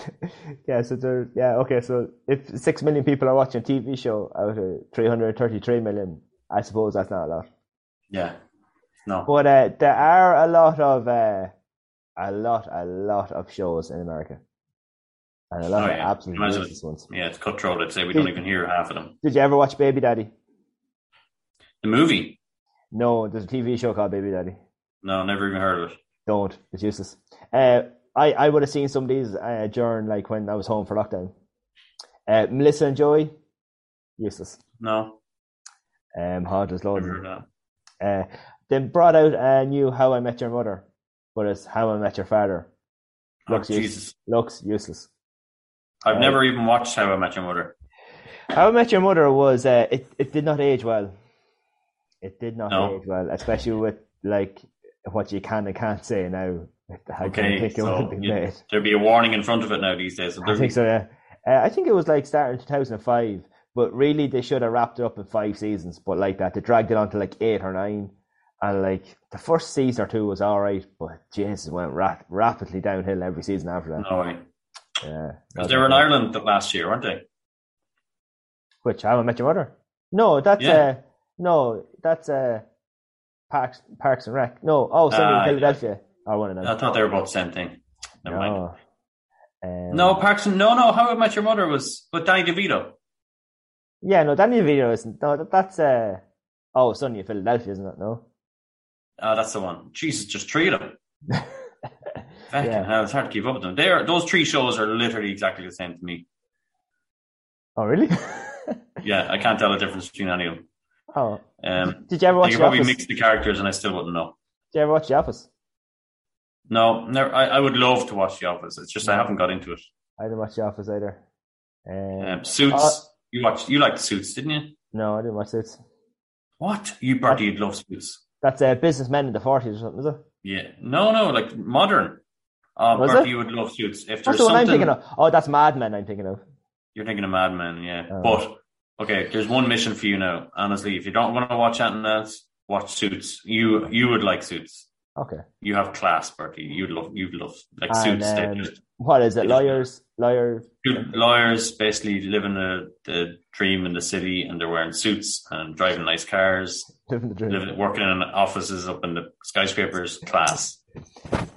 Speaker 2: <laughs> yeah, so there, yeah, okay, so if 6 million people are watching a TV show out of 333 million, I suppose that's not a lot.
Speaker 3: Yeah. No.
Speaker 2: But uh, there are a lot of uh, a lot, a lot of shows in America, and a lot
Speaker 3: Oh,
Speaker 2: of
Speaker 3: yeah.
Speaker 2: absolutely
Speaker 3: Imagine.
Speaker 2: useless ones.
Speaker 3: Yeah, it's cutthroat. I'd say we don't even hear half of them.
Speaker 2: Did you ever watch Baby Daddy?
Speaker 3: The movie?
Speaker 2: No, there's a TV show called Baby Daddy.
Speaker 3: No, never even heard of it.
Speaker 2: Don't. It's useless. Uh, I I would have seen some of these uh, during like when I was home for lockdown. Uh, Melissa and Joey, useless.
Speaker 3: No,
Speaker 2: Um, hard as
Speaker 3: never heard
Speaker 2: loads.
Speaker 3: of
Speaker 2: Uh, then brought out a new How I Met Your Mother, but it's How I Met Your Father.
Speaker 3: that. Oh,
Speaker 2: Looks useless.
Speaker 3: Jesus.
Speaker 2: Looks useless.
Speaker 3: I've
Speaker 2: Uh,
Speaker 3: never even watched How I Met Your Mother.
Speaker 2: How I Met Your Mother was uh, it. It did not age well. It did not
Speaker 3: No.
Speaker 2: age well, especially with like what you can and can't say now. I
Speaker 3: Okay,
Speaker 2: can't think it
Speaker 3: so
Speaker 2: would be
Speaker 3: you-
Speaker 2: made.
Speaker 3: There'd be a warning in front of it now these days.
Speaker 2: I think so. Yeah, uh, I think it was like starting two thousand and five, but really they should have wrapped it up in five seasons. But like that, they dragged it on to like eight or nine, and like the first season or two was all right, but Jesus went rap- rapidly downhill every season after that.
Speaker 3: No way. Oh.
Speaker 2: Yeah,
Speaker 3: 'Cause they were in Ireland th- last year, weren't they?
Speaker 2: Which How I Met Your Mother? No, that's
Speaker 3: Yeah.
Speaker 2: uh no, that's uh Parks Parks and Rec. No, oh, something
Speaker 3: Ah,
Speaker 2: in Philadelphia. Oh, I want to
Speaker 3: I
Speaker 2: know.
Speaker 3: thought they were both the same thing. Never mind.
Speaker 2: No. Um,
Speaker 3: No, Parks and no, no. How I Met Your Mother was with Danny DeVito.
Speaker 2: yeah, no, that new video isn't. No, that, that's uh oh, Sunny in Philadelphia, isn't it? No,
Speaker 3: Ah, that's the one. Jesus, just three of
Speaker 2: <laughs>
Speaker 3: them. Fucking
Speaker 2: Yeah.
Speaker 3: hell, it's hard to keep up with them. They are, those three shows are literally exactly the same to me.
Speaker 2: oh really? <laughs>
Speaker 3: Yeah, I can't tell the difference between any of them.
Speaker 2: oh,
Speaker 3: Um,
Speaker 2: did you ever
Speaker 3: they
Speaker 2: watch
Speaker 3: could
Speaker 2: The
Speaker 3: probably
Speaker 2: Office?
Speaker 3: mix the characters, and I still wouldn't know.
Speaker 2: Did you ever watch The Office?
Speaker 3: No, never, I, I would love to watch The Office. It's just I haven't got into it.
Speaker 2: I didn't watch The Office either. Um,
Speaker 3: Um, suits.
Speaker 2: Uh,
Speaker 3: you watched. You liked Suits, didn't you?
Speaker 2: no, I didn't watch it.
Speaker 3: What? You bloody you'd love Suits.
Speaker 2: That's uh, businessmen in the forties or something, is it?
Speaker 3: Yeah. No, no, like modern. Uh,
Speaker 2: Was
Speaker 3: Bert,
Speaker 2: it?
Speaker 3: you would love suits. If
Speaker 2: That's
Speaker 3: there's
Speaker 2: the one
Speaker 3: something
Speaker 2: I'm thinking of. Oh, that's Mad Men. I'm thinking of.
Speaker 3: you're thinking of Mad Men, yeah.
Speaker 2: Oh.
Speaker 3: But okay, there's one mission for you now. Honestly, if you don't want to watch anything else, watch Suits. You you would like Suits.
Speaker 2: Okay.
Speaker 3: You have class, Bertie. You'd love you'd love like
Speaker 2: And,
Speaker 3: Suits. They
Speaker 2: um,
Speaker 3: just
Speaker 2: What is it?
Speaker 3: It is-
Speaker 2: Lawyers, lawyer.
Speaker 3: good lawyers basically living a, the dream in the city, and they're wearing suits and driving nice cars,
Speaker 2: <laughs> Living the dream.
Speaker 3: living working in offices up in the skyscrapers. Class.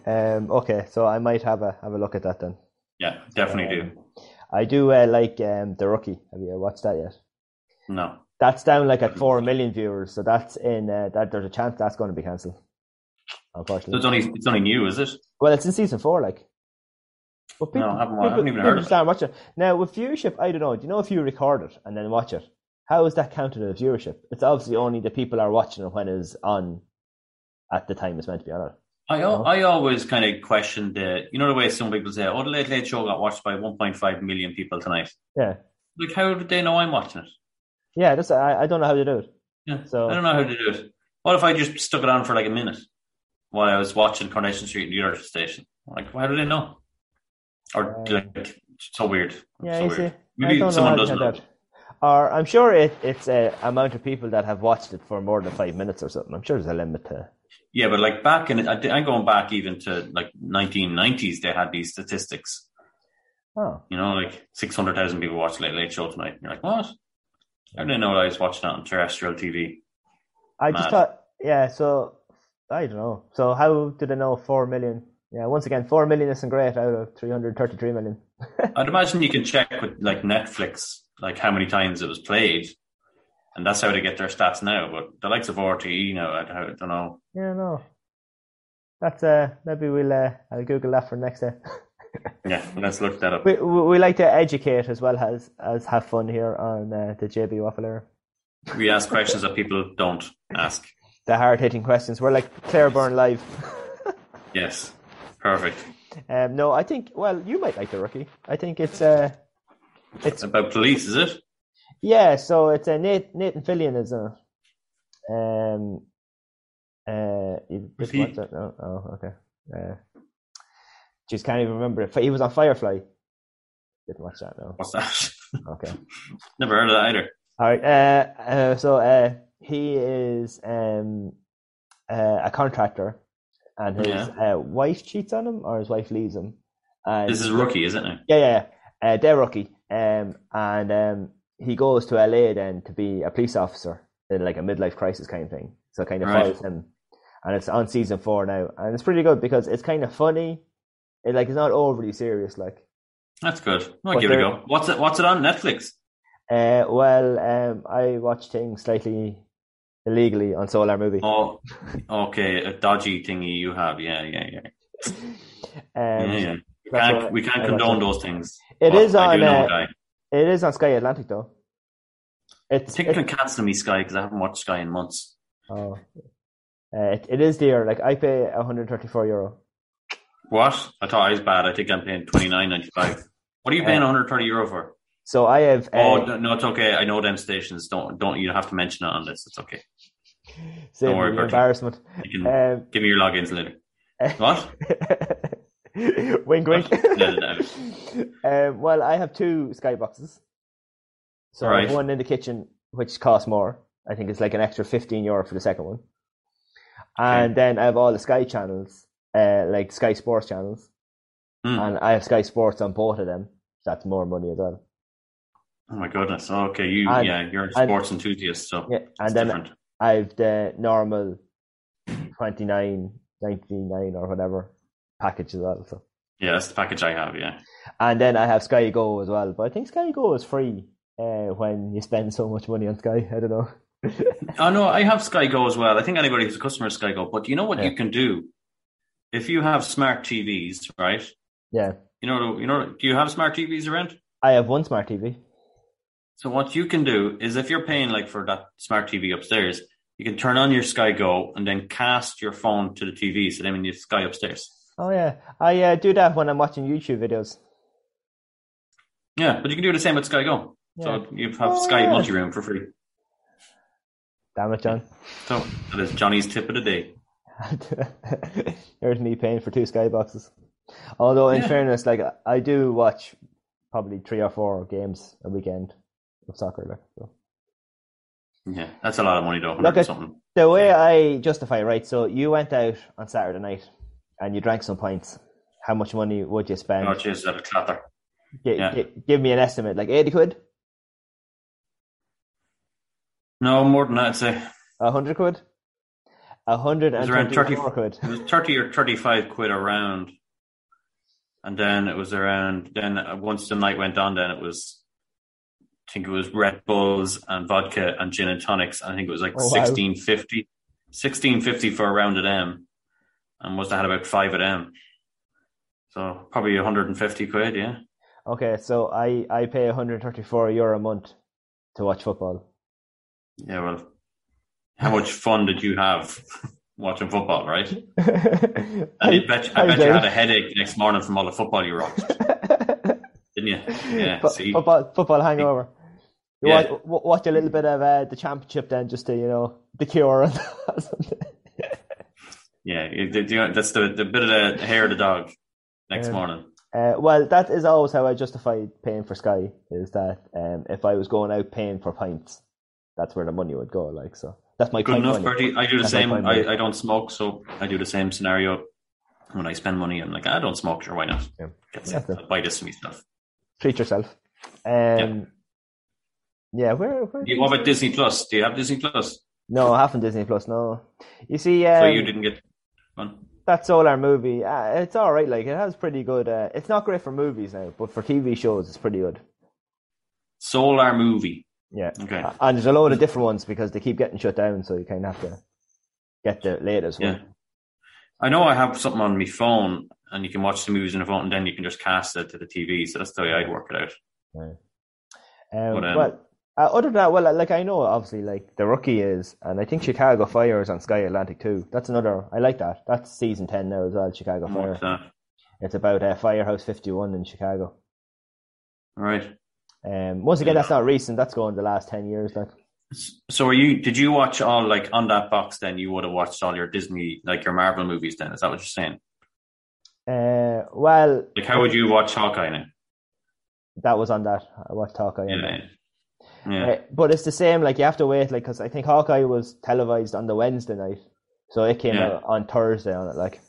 Speaker 2: Um. Okay. So I might have a have a look at that then.
Speaker 3: Yeah, definitely do.
Speaker 2: I do uh, like um the rookie. Have you watched that yet?
Speaker 3: No.
Speaker 2: That's down like at four million viewers. So that's in uh, that. There's a chance that's going to be cancelled.
Speaker 3: So
Speaker 2: Unfortunately.
Speaker 3: it's only it's only new, is it?
Speaker 2: Well, it's in season four, like. But
Speaker 3: No, I haven't wa- I haven't even heard of it.
Speaker 2: start watching. Now with viewership, I don't know. Do you know if you record it and then watch it? How is that counted as viewership? It's obviously only the people are watching it when it's on at the time it's meant to be on it.
Speaker 3: I al-
Speaker 2: No?
Speaker 3: I always kind of question the you know the way some people say, "Oh, the Late Late Show got watched by 1.5 million people tonight."
Speaker 2: Yeah,
Speaker 3: Like, how did they know I'm watching it?
Speaker 2: yeah. That's I. I don't know how to do it.
Speaker 3: Yeah,
Speaker 2: So-
Speaker 3: I don't know how to do it. What if I just stuck it on for like a minute while I was watching Coronation Street and the other station? Like, how do they know? Or like so weird.
Speaker 2: Yeah,
Speaker 3: so
Speaker 2: you see,
Speaker 3: weird.
Speaker 2: I
Speaker 3: Maybe
Speaker 2: don't know
Speaker 3: someone
Speaker 2: how to
Speaker 3: doesn't
Speaker 2: handle
Speaker 3: know.
Speaker 2: that. Or I'm sure it, it's a amount of people that have watched it for more than five minutes or something. I'm sure there's a limit to.
Speaker 3: Yeah, but like back in, I thi- I'm going back even to like 1990s. They had these statistics.
Speaker 2: Oh,
Speaker 3: You know, like 600,000 people watched Late Late Show tonight. And you're like, what? I didn't know I was watching that on terrestrial TV.
Speaker 2: I just
Speaker 3: Mad.
Speaker 2: thought, yeah. So I don't know. So how do they know four million? Yeah, once again, four million isn't great out of three hundred thirty-three million.
Speaker 3: I'd imagine you can check with like Netflix, like how many times it was played, and that's how they get their stats now. But the likes of RTE now, I don't, I don't know.
Speaker 2: Yeah, no. That's uh, maybe we'll uh, I'll Google that for next day. <laughs>
Speaker 3: Yeah, let's look that up.
Speaker 2: We, we we like to educate as well as as have fun here on uh, the JB Waffle Hour.
Speaker 3: We ask questions that people don't ask.
Speaker 2: The hard hitting questions. We're like Clareburn live. <laughs>
Speaker 3: Yes, perfect.
Speaker 2: um, no, I think well, you might like the rookie. I think it's uh,
Speaker 3: It's about police, is it?
Speaker 2: Yeah, so it's a Nate, Nathan Fillion is in it. Um, uh, you
Speaker 3: Was
Speaker 2: just
Speaker 3: he-
Speaker 2: watched it? No? Oh, okay. Uh, just can't even remember it. But He was on Firefly. Didn't watch that. No.
Speaker 3: What's that? <laughs>
Speaker 2: Okay.
Speaker 3: Never heard of that either.
Speaker 2: All right. Uh, uh, so uh, he is um, uh, a contractor, and his uh, wife cheats on him, or his wife leaves him. And
Speaker 3: This is rookie, isn't it?
Speaker 2: yeah, yeah, yeah. Uh, they're rookie. Um, and um, he goes to LA then to be a police officer in like a midlife crisis kind of thing. So it kind of
Speaker 3: Right.
Speaker 2: follows him. And it's on season four now, and it's pretty good because it's kind of funny. It like it's not overly serious. Like,
Speaker 3: That's good. I'll
Speaker 2: But
Speaker 3: give it a
Speaker 2: they're-
Speaker 3: go. What's it? What's it on Netflix?
Speaker 2: uh, well, um, I watch things slightly illegally on Solar Movie. <laughs>
Speaker 3: Oh, okay, a dodgy thingy you have. Yeah, yeah, yeah.
Speaker 2: Um,
Speaker 3: yeah, yeah. We
Speaker 2: that's
Speaker 3: can't,
Speaker 2: what
Speaker 3: we
Speaker 2: I
Speaker 3: can't
Speaker 2: watch
Speaker 3: condone
Speaker 2: it.
Speaker 3: those things.
Speaker 2: It
Speaker 3: It
Speaker 2: is
Speaker 3: is I
Speaker 2: on,
Speaker 3: do know
Speaker 2: uh,
Speaker 3: a guy.
Speaker 2: It is on Sky Atlantic though.
Speaker 3: I
Speaker 2: It's
Speaker 3: think
Speaker 2: it-
Speaker 3: I'm going to cancel me Sky because I haven't watched Sky in months.
Speaker 2: oh. Uh, it, it is dear. Like I pay 134 euro.
Speaker 3: What? I thought I was bad. I think I'm paying twenty nine ninety five. What are you paying 130 euro for?
Speaker 2: So I have. Uh,
Speaker 3: oh no, no, it's okay. I know them stations. Don't don't you have to mention it on this. It's okay.
Speaker 2: Save
Speaker 3: Don't worry
Speaker 2: me
Speaker 3: about
Speaker 2: the
Speaker 3: it.
Speaker 2: embarrassment.
Speaker 3: You can
Speaker 2: Um,
Speaker 3: give me your logins later. What?
Speaker 2: <laughs> wink, wink.
Speaker 3: <laughs> No, no, no.
Speaker 2: <laughs> um, well, I have two skyboxes. So I have
Speaker 3: Right.
Speaker 2: one in the kitchen, which costs more. I think it's like an extra 15 euro for the second one. And then I have all the Sky channels, uh, like Sky Sports channels.
Speaker 3: Hmm.
Speaker 2: And I have Sky Sports on both of them. That's more money as well.
Speaker 3: Oh my goodness. Oh, okay, you
Speaker 2: And-
Speaker 3: yeah, you're a
Speaker 2: and-
Speaker 3: sports enthusiast, so
Speaker 2: Yeah.
Speaker 3: it's
Speaker 2: And then
Speaker 3: different.
Speaker 2: I've the normal 29, 99 or whatever package as well. So.
Speaker 3: Yeah, that's the package I have. Yeah,
Speaker 2: And then I have Sky Go as well. But I think Sky Go is free uh, when you spend so much money on Sky. I don't know. <laughs>
Speaker 3: Oh no, I have Sky Go as well. I think anybody who's a customer of Sky Go. But you know what
Speaker 2: Yeah.
Speaker 3: you can do if you have smart TVs, right?
Speaker 2: Yeah.
Speaker 3: You know, you know. Do you have smart TVs around?
Speaker 2: I have one smart TV.
Speaker 3: So what you can do is if you're paying like for that smart TV upstairs, you can turn on your Sky Go and then cast your phone to the TV. So then when you have Sky upstairs.
Speaker 2: Oh, yeah. I uh, do that when I'm watching YouTube videos.
Speaker 3: Yeah, but you can do the same with Sky Go.
Speaker 2: Yeah.
Speaker 3: So you have
Speaker 2: Oh,
Speaker 3: Sky
Speaker 2: yeah.
Speaker 3: Multi Room for free.
Speaker 2: Damn it, John. <laughs>
Speaker 3: So that is Johnny's tip of the day.
Speaker 2: There's me paying for two Sky boxes. Although, in
Speaker 3: Yeah.
Speaker 2: fairness, like I do watch probably three or four games a weekend of soccer. Like, so.
Speaker 3: Yeah, that's a lot of money though.
Speaker 2: Look
Speaker 3: 100
Speaker 2: at-
Speaker 3: something.
Speaker 2: The way I justify, it, right? So you went out on Saturday night and you drank some pints. How much money would you spend?
Speaker 3: Oh, jeez, that'll clatter.
Speaker 2: Gi-
Speaker 3: Yeah.
Speaker 2: gi- give me an estimate, like 80 quid,
Speaker 3: No, more than that, I'd say.
Speaker 2: 100 quid, a hundred
Speaker 3: It
Speaker 2: and
Speaker 3: was around 30,
Speaker 2: twenty-four quid.
Speaker 3: it was 30 or 35 quid a round. And then it was around, then uh, once the night went on, then it was, I think it was Red Bulls and vodka and gin and tonics. I think it was like
Speaker 2: Oh, wow.
Speaker 3: 1650, 1650 for a round of them. And must have had about five of them. So probably 150 quid, yeah.
Speaker 2: Okay, so I, I pay 134 euro a month to watch football.
Speaker 3: Yeah, well, how much fun did you have <laughs> watching football, right?
Speaker 2: <laughs> I,
Speaker 3: And I bet, I
Speaker 2: I
Speaker 3: bet you
Speaker 2: did. <laughs>
Speaker 3: had a headache the next morning from all the football you were watching, didn't
Speaker 2: <laughs>
Speaker 3: you? Yeah,
Speaker 2: Fo-
Speaker 3: see?
Speaker 2: football, football hangover. You
Speaker 3: Yeah.
Speaker 2: watch, w- watch a little bit of uh, the championship then, just to you know the cure. And <laughs> something.
Speaker 3: Yeah, you- you- you know, that's the, the bit of the hair of the dog next
Speaker 2: Um,
Speaker 3: morning.
Speaker 2: Uh, well, that is always how I justified paying for Sky. Is that um, if I was going out paying for pints, that's where the money would go. Like so, that's my
Speaker 3: Good
Speaker 2: pint
Speaker 3: enough,
Speaker 2: money.
Speaker 3: Bertie. I do the
Speaker 2: That's my
Speaker 3: same.
Speaker 2: point,
Speaker 3: I,
Speaker 2: yeah.
Speaker 3: I don't smoke, so I do the same scenario. When I spend money, I'm like, I don't smoke. Sure, why not?
Speaker 2: Yeah.
Speaker 3: Get
Speaker 2: That's it.
Speaker 3: I'll buy this me stuff.
Speaker 2: Treat yourself. Um, yeah.
Speaker 3: Yeah.
Speaker 2: where? where
Speaker 3: You- What about Disney Plus? Do you have Disney Plus?
Speaker 2: No, I haven't Disney Plus. No, you see, um,
Speaker 3: so you didn't get one.
Speaker 2: that Solar movie. Uh, it's all right. Like it has pretty good. Uh, it's not great for movies now, but for TV shows, it's pretty good.
Speaker 3: Solar movie.
Speaker 2: Yeah.
Speaker 3: Okay.
Speaker 2: Uh, And there's a load of different ones because they keep getting shut down, so you kind of have to get the latest
Speaker 3: Yeah.
Speaker 2: one.
Speaker 3: I know I have something on my phone, and you can watch the movies on the phone, and then you can just cast it to the TV. So that's the way I'd work it out.
Speaker 2: Um,
Speaker 3: But, um,
Speaker 2: well, uh, other than that, well, like I know obviously, like the rookie is, and I think Chicago Fire is on Sky Atlantic too. That's another. I like that. That's season ten now as well. Chicago
Speaker 3: And watch
Speaker 2: Fire.
Speaker 3: that.
Speaker 2: It's about uh, Firehouse Fifty One in Chicago.
Speaker 3: All right.
Speaker 2: Um, once again, that's not recent. That's going the last ten years. Like,
Speaker 3: S- So are you? Did you watch all like on that box? Then you would have watched all your Disney, like your Marvel movies. Then is that what you're saying?
Speaker 2: uh, well,
Speaker 3: Like, how would you watch Hawkeye now?
Speaker 2: that was on that. uh, I watched Hawkeye. on that.
Speaker 3: Yeah. Yeah.
Speaker 2: Uh, but it's the same. Like you have to wait, like because I think Hawkeye was televised on the Wednesday night, so it came
Speaker 3: Yeah.
Speaker 2: out on Thursday on it. Like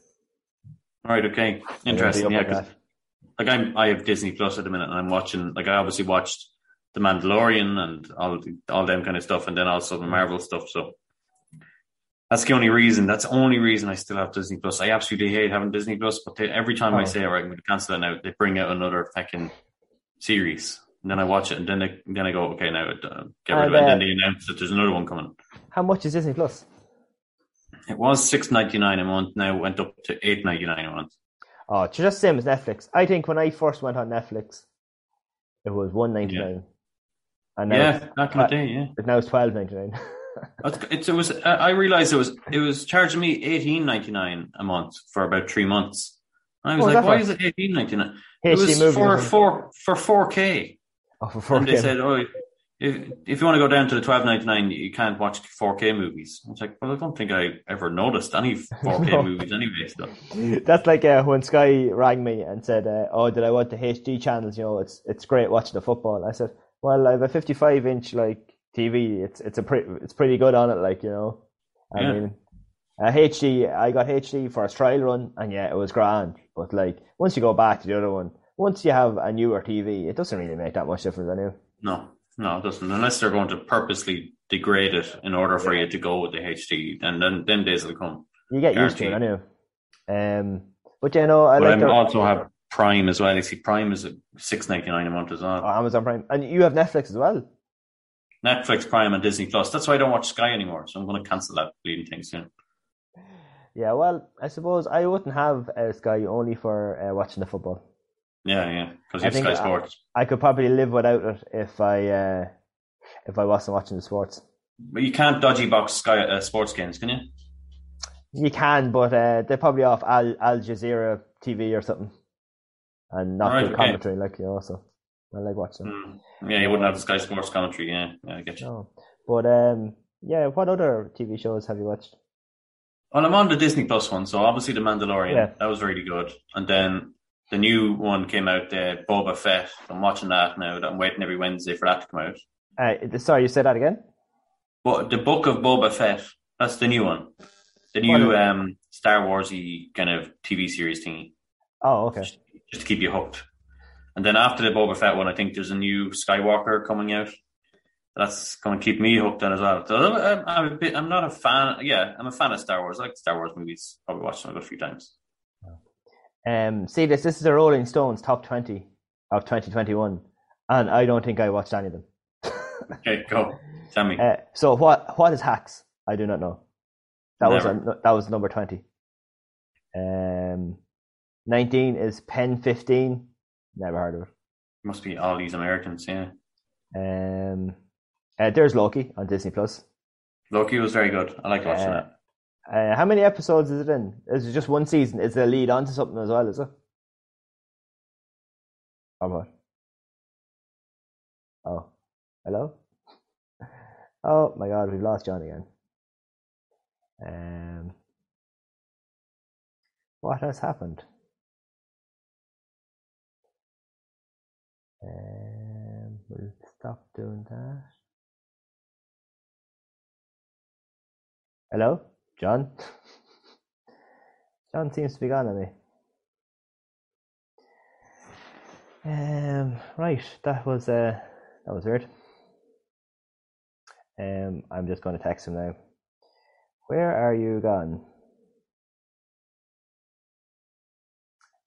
Speaker 3: All right. Okay.
Speaker 2: it'll be
Speaker 3: Interesting.
Speaker 2: up
Speaker 3: Yeah.
Speaker 2: like
Speaker 3: 'cause,
Speaker 2: that.
Speaker 3: like I'm, I have Disney Plus at the minute, and I'm watching. Like I obviously watched The Mandalorian and all the- all them kind of stuff, and then also the Marvel stuff. So that's the only reason. That's the only reason I still have Disney Plus. I absolutely hate having Disney Plus, but they, every time
Speaker 2: Oh.
Speaker 3: I say, "All right, I'm going to cancel it now," they bring out another fucking series, and then I watch it, and then they, then I go, "Okay, now uh, get rid of it."
Speaker 2: I
Speaker 3: And
Speaker 2: bet.
Speaker 3: then they announce that there's another one coming.
Speaker 2: How much is Disney Plus?
Speaker 3: It was six ninety nine a month. Now it went up to eight ninety nine a month.
Speaker 2: Oh, it's just same as Netflix. I think when I first went on Netflix, it was one ninety nine, and now
Speaker 3: Yeah,
Speaker 2: it's,
Speaker 3: back in the day, yeah.
Speaker 2: but now it's twelve ninety <laughs> nine.
Speaker 3: That's- It's, it was. I I realized it was. It was charging me eighteen ninety nine a month for about three months. And I was
Speaker 2: Oh, is
Speaker 3: like,
Speaker 2: that
Speaker 3: why
Speaker 2: right?
Speaker 3: is it eighteen ninety nine? It was
Speaker 2: HD movie
Speaker 3: for
Speaker 2: or something.
Speaker 3: four for four K.
Speaker 2: <laughs> oh, for four
Speaker 3: And they said, oh, if if you want to go down to the twelve ninety nine, you can't watch four K movies. I was like, well, I don't think I ever noticed any four K
Speaker 2: <laughs> No.
Speaker 3: movies anyway. So
Speaker 2: <laughs> That's like uh, when Sky rang me and said, uh, "Oh, did I want the HD channels? You know, it's it's great watching the football." I said, "Well, I have a 55 inch like TV. It's it's a pre- it's pretty good on it. Like you know, I
Speaker 3: Yeah.
Speaker 2: mean, uh, HD. I got HD for a trial run, and yeah, it was grand. But like once you go back to the other one, once you have a newer TV, it doesn't really make that much difference anyway.
Speaker 3: no, no, it doesn't. Unless they're going to purposely degrade it in order for you to go with the HD, and then them days will come.
Speaker 2: You get used to it anyway. Um, but you know, I
Speaker 3: But I
Speaker 2: like the-
Speaker 3: also have Prime as well. You see, Prime is six ninety nine a month as well.
Speaker 2: oh, Amazon Prime, and you have Netflix as well.
Speaker 3: Netflix, Prime, and Disney Plus. That's why I don't watch Sky anymore. So I'm going to cancel that bleeding thing soon.
Speaker 2: Yeah, well, I suppose I wouldn't have uh, Sky only for uh, watching the football.
Speaker 3: Yeah, yeah, because
Speaker 2: I
Speaker 3: you have
Speaker 2: think
Speaker 3: Sky
Speaker 2: I-
Speaker 3: Sports.
Speaker 2: I could probably live without it if I uh, if I wasn't watching the sports.
Speaker 3: But you can't dodgy box Sky uh, Sports games, can you?
Speaker 2: You can, but uh, they're probably off Al Al Jazeera TV or something, and not
Speaker 3: Right,
Speaker 2: good
Speaker 3: okay.
Speaker 2: commentary like you know. So I like watching. them.
Speaker 3: Mm. Yeah, you wouldn't have the Sky Sports commentary. Yeah, yeah I get you.
Speaker 2: No, but um, yeah. What other TV shows have you watched?
Speaker 3: Well, I'm on the Disney Plus one, so obviously The Mandalorian.
Speaker 2: Yeah.
Speaker 3: That was really good. And then the new one came out there, Boba Fett. I'm watching that now. I'm waiting every Wednesday for that to come out.
Speaker 2: Uh, th- sorry, you said that again.
Speaker 3: But the Book of Boba Fett, that's the new one. The
Speaker 2: What
Speaker 3: new
Speaker 2: is-
Speaker 3: um, Star Warsy kind of TV series thingy,
Speaker 2: Oh, okay.
Speaker 3: just to keep you hooked. And then after the Boba Fett one, I think there's a new Skywalker coming out. That's going to keep me hooked on as well. So I'm, I'm a bit, I'm not a fan. Yeah, I'm a fan of Star Wars. I like the Star Wars movies. Probably watched them a good few times.
Speaker 2: Um, see this. This is a Rolling Stones top twenty of twenty twenty one, and I don't think I watched any of them.
Speaker 3: Okay,
Speaker 2: <laughs>
Speaker 3: go. Tell me.
Speaker 2: Uh, so what what is hacks? I do not know. That was
Speaker 3: Never.
Speaker 2: on, that was number twenty. Um, nineteen is pen fifteen. Never heard of it.
Speaker 3: must be all these Americans. Yeah,
Speaker 2: Um, uh, there's Loki on Disney Plus.
Speaker 3: Loki was very good. I like watching
Speaker 2: Uh,
Speaker 3: that.
Speaker 2: Uh, how many episodes is it in? Is it just one season? Is it a lead on to something as well? Is it? Or what? Oh, hello. Oh my God, we've lost John again. Um, what has happened? Um, we'll stop doing that. Hello, John. <laughs> John seems to be gone at me. Um, right, that was uh, that was weird. Um, I'm just going to text him now. Where are you gone?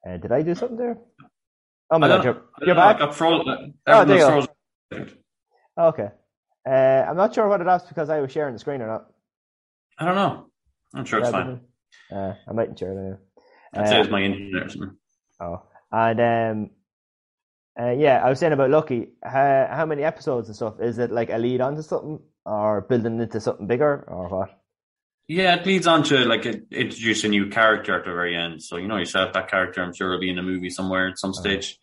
Speaker 2: Uh, did I do something there? Oh my
Speaker 3: I
Speaker 2: god,
Speaker 3: don't,
Speaker 2: you're,
Speaker 3: I
Speaker 2: you're
Speaker 3: don't know, I
Speaker 2: back.
Speaker 3: got frozen.
Speaker 2: Oh, there you
Speaker 3: Everyone was frozen.
Speaker 2: Okay. Uh, I'm not sure whether that's because I was sharing the screen or not.
Speaker 3: I don't know. I'm sure it's
Speaker 2: Yeah,
Speaker 3: fine.
Speaker 2: but, Uh, I mightn't share it anyway. Uh,
Speaker 3: I'd say it's my internet or something.
Speaker 2: Oh, and um, uh, yeah, I was saying about Lucky. How, how many episodes and stuff? Is it like a lead onto something, or building into something bigger, or what?
Speaker 3: Yeah, it leads on to like it, introduce a new character at the very end. So you know yourself that character. I'm sure will be in a movie somewhere at some stage. Um,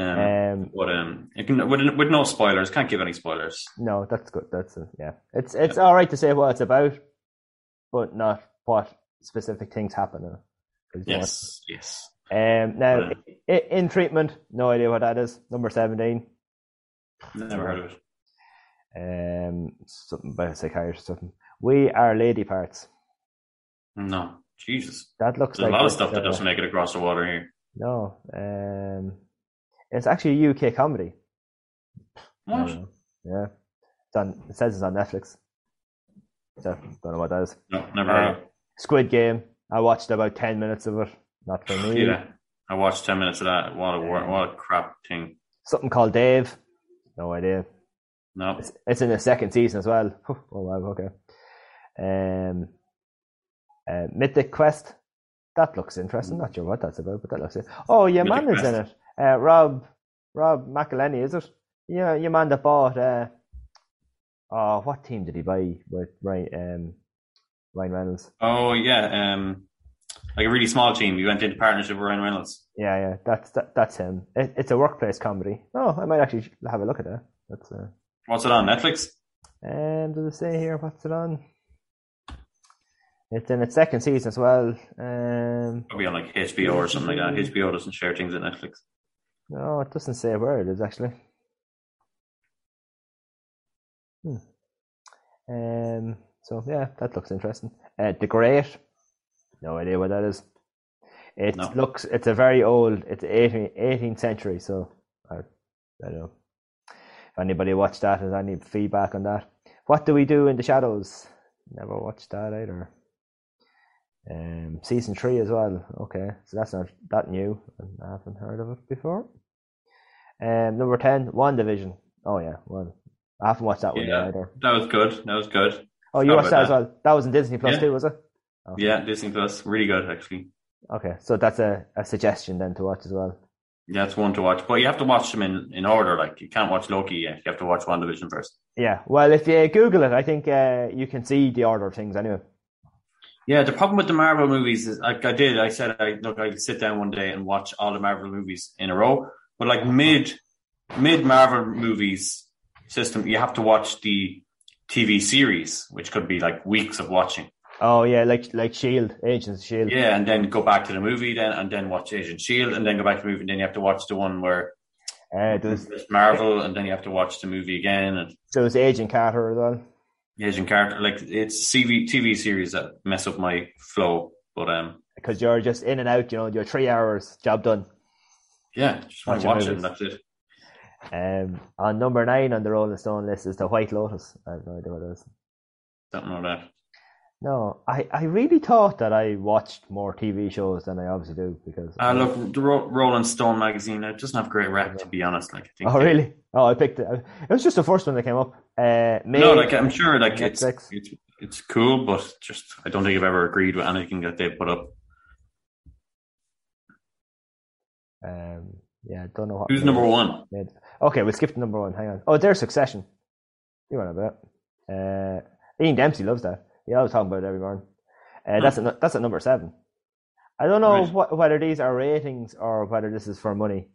Speaker 2: Uh-huh. Um,
Speaker 3: but um, it can, with with no spoilers, can't give any spoilers.
Speaker 2: no, that's good. That's uh, yeah. It's it's all right to say what it's about, but not what specific things happen. in it, is what-
Speaker 3: Yes, uh, yes.
Speaker 2: Um. Now,
Speaker 3: Yeah.
Speaker 2: i in treatment, no idea what that is. Number seventeen.
Speaker 3: Never heard of it.
Speaker 2: Um. Something about a psychiatrist. or Something. We are lady parts.
Speaker 3: No, Jesus.
Speaker 2: That looks
Speaker 3: There's a
Speaker 2: like
Speaker 3: lot of
Speaker 2: it's,
Speaker 3: stuff that
Speaker 2: uh,
Speaker 3: doesn't make it across the water here.
Speaker 2: No, um, it's actually a UK comedy.
Speaker 3: What?
Speaker 2: Um, yeah, it's on, it says it's on Netflix. So don't know what that is. Uh,
Speaker 3: No, never heard of
Speaker 2: Squid Game. I watched about ten minutes of it. Not for
Speaker 3: it.
Speaker 2: me.
Speaker 3: Yeah, I watched ten minutes of that. What a wor- what a crap thing.
Speaker 2: Something called Dave. No idea.
Speaker 3: No,
Speaker 2: It's, it's in the second season as well. Oh wow. Okay. Um, uh, Mythic Quest. That looks interesting. Not sure what that's about, but that looks. It. Oh, your
Speaker 3: Mythic
Speaker 2: man is in it. Uh, Rob, Rob McElhenney, is it? Yeah, your man that bought. Uh, oh, what team did he buy with Ryan? Um, Ryan Reynolds.
Speaker 3: Oh yeah, um, like a really small team. We went into partnership with Ryan Reynolds.
Speaker 2: Yeah, yeah, that's that, that's him. It, it's a workplace comedy. Oh, I might actually have a look at that. That's. Uh,
Speaker 3: What's it on Netflix?
Speaker 2: Um, does it say here what's it on? It's in its second season as well. Um,
Speaker 3: Probably on like HBO or something like that. HBO doesn't share things at Netflix.
Speaker 2: no, it doesn't say where it is actually. Hmm. Um, so yeah, that looks interesting. Uh, the Great, no idea what that is. It
Speaker 3: No.
Speaker 2: looks, it's a very old, it's 18, 18th century, so I, I don't know. If anybody watched that, has any feedback on that? What do we do in the shadows? Never watched that either. Um, season three as well. Okay, so that's not that new. and I haven't heard of it before. Um, number ten, One Division. Oh yeah, one. I haven't watched that one yet
Speaker 3: Yeah,
Speaker 2: either.
Speaker 3: that was good. That was good.
Speaker 2: Oh, you
Speaker 3: Forgot
Speaker 2: watched
Speaker 3: about
Speaker 2: that, as well. That was in Disney Plus
Speaker 3: Yeah.
Speaker 2: too, was it?
Speaker 3: Yeah, Disney Plus, really good actually.
Speaker 2: Okay, so that's a, a suggestion then to watch as well.
Speaker 3: Yeah, it's one to watch, but you have to watch them in, in order. Like you can't watch Loki yet. You have to watch One Division first.
Speaker 2: Yeah, well, if you Google it, I think uh, you can see the order of things anyway.
Speaker 3: Yeah, the problem with the Marvel movies is like I did. I said I look. I sit down one day and watch all the Marvel movies in a row. But like mid mid Marvel movies system, you have to watch the TV series, which could be like weeks of watching.
Speaker 2: Oh yeah, like like Shield, Agents of Shield.
Speaker 3: Yeah, and then go back to the movie, then and then watch Agent Shield, E and then go back to the movie, and then you have to watch the one where
Speaker 2: Uh, there was
Speaker 3: it's Marvel, and then you have to watch the movie again and
Speaker 2: there was Agent Carter as well.
Speaker 3: Agent Carter. Like it's CV TV series that mess up my flow. But um,
Speaker 2: because you're just in and out. You know, you're three hours, job done.
Speaker 3: yeah, just want
Speaker 2: Watch
Speaker 3: to
Speaker 2: your
Speaker 3: watch it. And
Speaker 2: movies.
Speaker 3: that's it.
Speaker 2: Um, on number nine on the Rolling Stone list is the White Lotus. I have no idea what it is.
Speaker 3: Something like that.
Speaker 2: No, I, I really thought that I watched more TV shows than I obviously do because.
Speaker 3: Uh, look, the Ro- Rolling Stone magazine it doesn't have great rep, to be honest. Like, I think
Speaker 2: Oh really? Oh, I picked it. It was just the first one that came up. Uh, May,
Speaker 3: No, like I'm sure, like it's,
Speaker 2: Netflix.
Speaker 3: it's it's cool, but just I don't think I've ever agreed with anything that they put up.
Speaker 2: um, yeah, don't know what.
Speaker 3: Who's number one?
Speaker 2: one? Okay, we'll skip to number one. Hang on. Oh, there's Succession. You remember that? Uh, Ian Dempsey loves that. Yeah, I was talking about it every morning. Uh, that's at, nu- that's at number seven. I don't know
Speaker 3: Right.
Speaker 2: what, whether these are ratings or whether this is for money,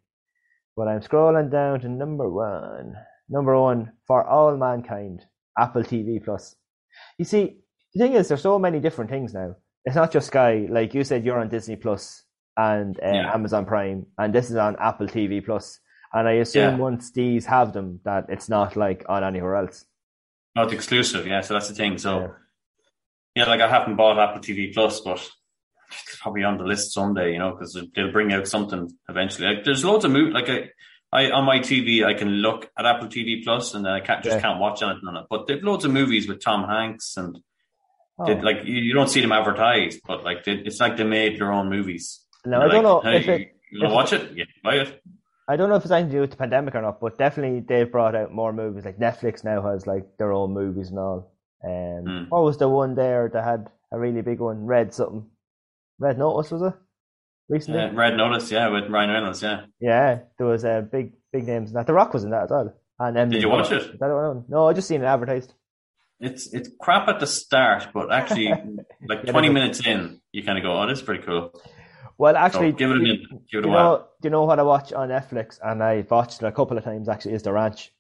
Speaker 2: but I'm scrolling down to number one. Number one for all mankind, Apple TV Plus. You see, the thing is, there's so many different things now. It's not just Sky. Like you said, you're on Disney Plus and uh,
Speaker 3: Yeah.
Speaker 2: Amazon Prime, and this is on Apple TV Plus. And I
Speaker 3: Yeah.
Speaker 2: assume once these have them, that it's not like on anywhere else.
Speaker 3: Not exclusive, yeah. So that's the thing. So
Speaker 2: Yeah.
Speaker 3: yeah, like I haven't bought Apple TV Plus, but it's probably on the list someday, you know, because they'll bring out something eventually. Like there's loads of movies. Like I, I on my TV, I can look at Apple TV Plus, and then I can't just
Speaker 2: Yeah.
Speaker 3: can't watch anything on it. But they've loads of movies with Tom Hanks, and
Speaker 2: Oh.
Speaker 3: they, like you, you don't see them advertised, but like they, it's like they made their own movies.
Speaker 2: Now,
Speaker 3: They're
Speaker 2: I don't
Speaker 3: like,
Speaker 2: know
Speaker 3: "Hey,
Speaker 2: if it-
Speaker 3: you want
Speaker 2: if
Speaker 3: to
Speaker 2: it-
Speaker 3: watch it? Yeah, buy it.
Speaker 2: I don't know if it's anything to do with the pandemic or not, but definitely they've brought out more movies. Like Netflix now has like their own movies and all. Um,
Speaker 3: Hmm.
Speaker 2: What was the one there that had a really big one? Red something. Red Notice was it? Recently,
Speaker 3: Yeah,
Speaker 2: yeah,
Speaker 3: Red Notice, yeah, with Ryan Reynolds, yeah.
Speaker 2: there was uh, big big names in that. The Rock was in that as well. And Emily
Speaker 3: you watch
Speaker 2: Blunt.
Speaker 3: it?
Speaker 2: Is that one? No, I just seen it advertised.
Speaker 3: It's it's crap at the start, but
Speaker 2: <laughs>
Speaker 3: actually, like
Speaker 2: Yeah,
Speaker 3: twenty
Speaker 2: but-
Speaker 3: minutes in, you kind of go, "Oh, that's pretty cool."
Speaker 2: Well,
Speaker 3: So
Speaker 2: actually,
Speaker 3: Oh, give it a
Speaker 2: you-
Speaker 3: minute, give it
Speaker 2: Do
Speaker 3: a
Speaker 2: you
Speaker 3: while.
Speaker 2: know, do you know what I watch on Netflix, and I've watched it a couple of times actually, is The Ranch.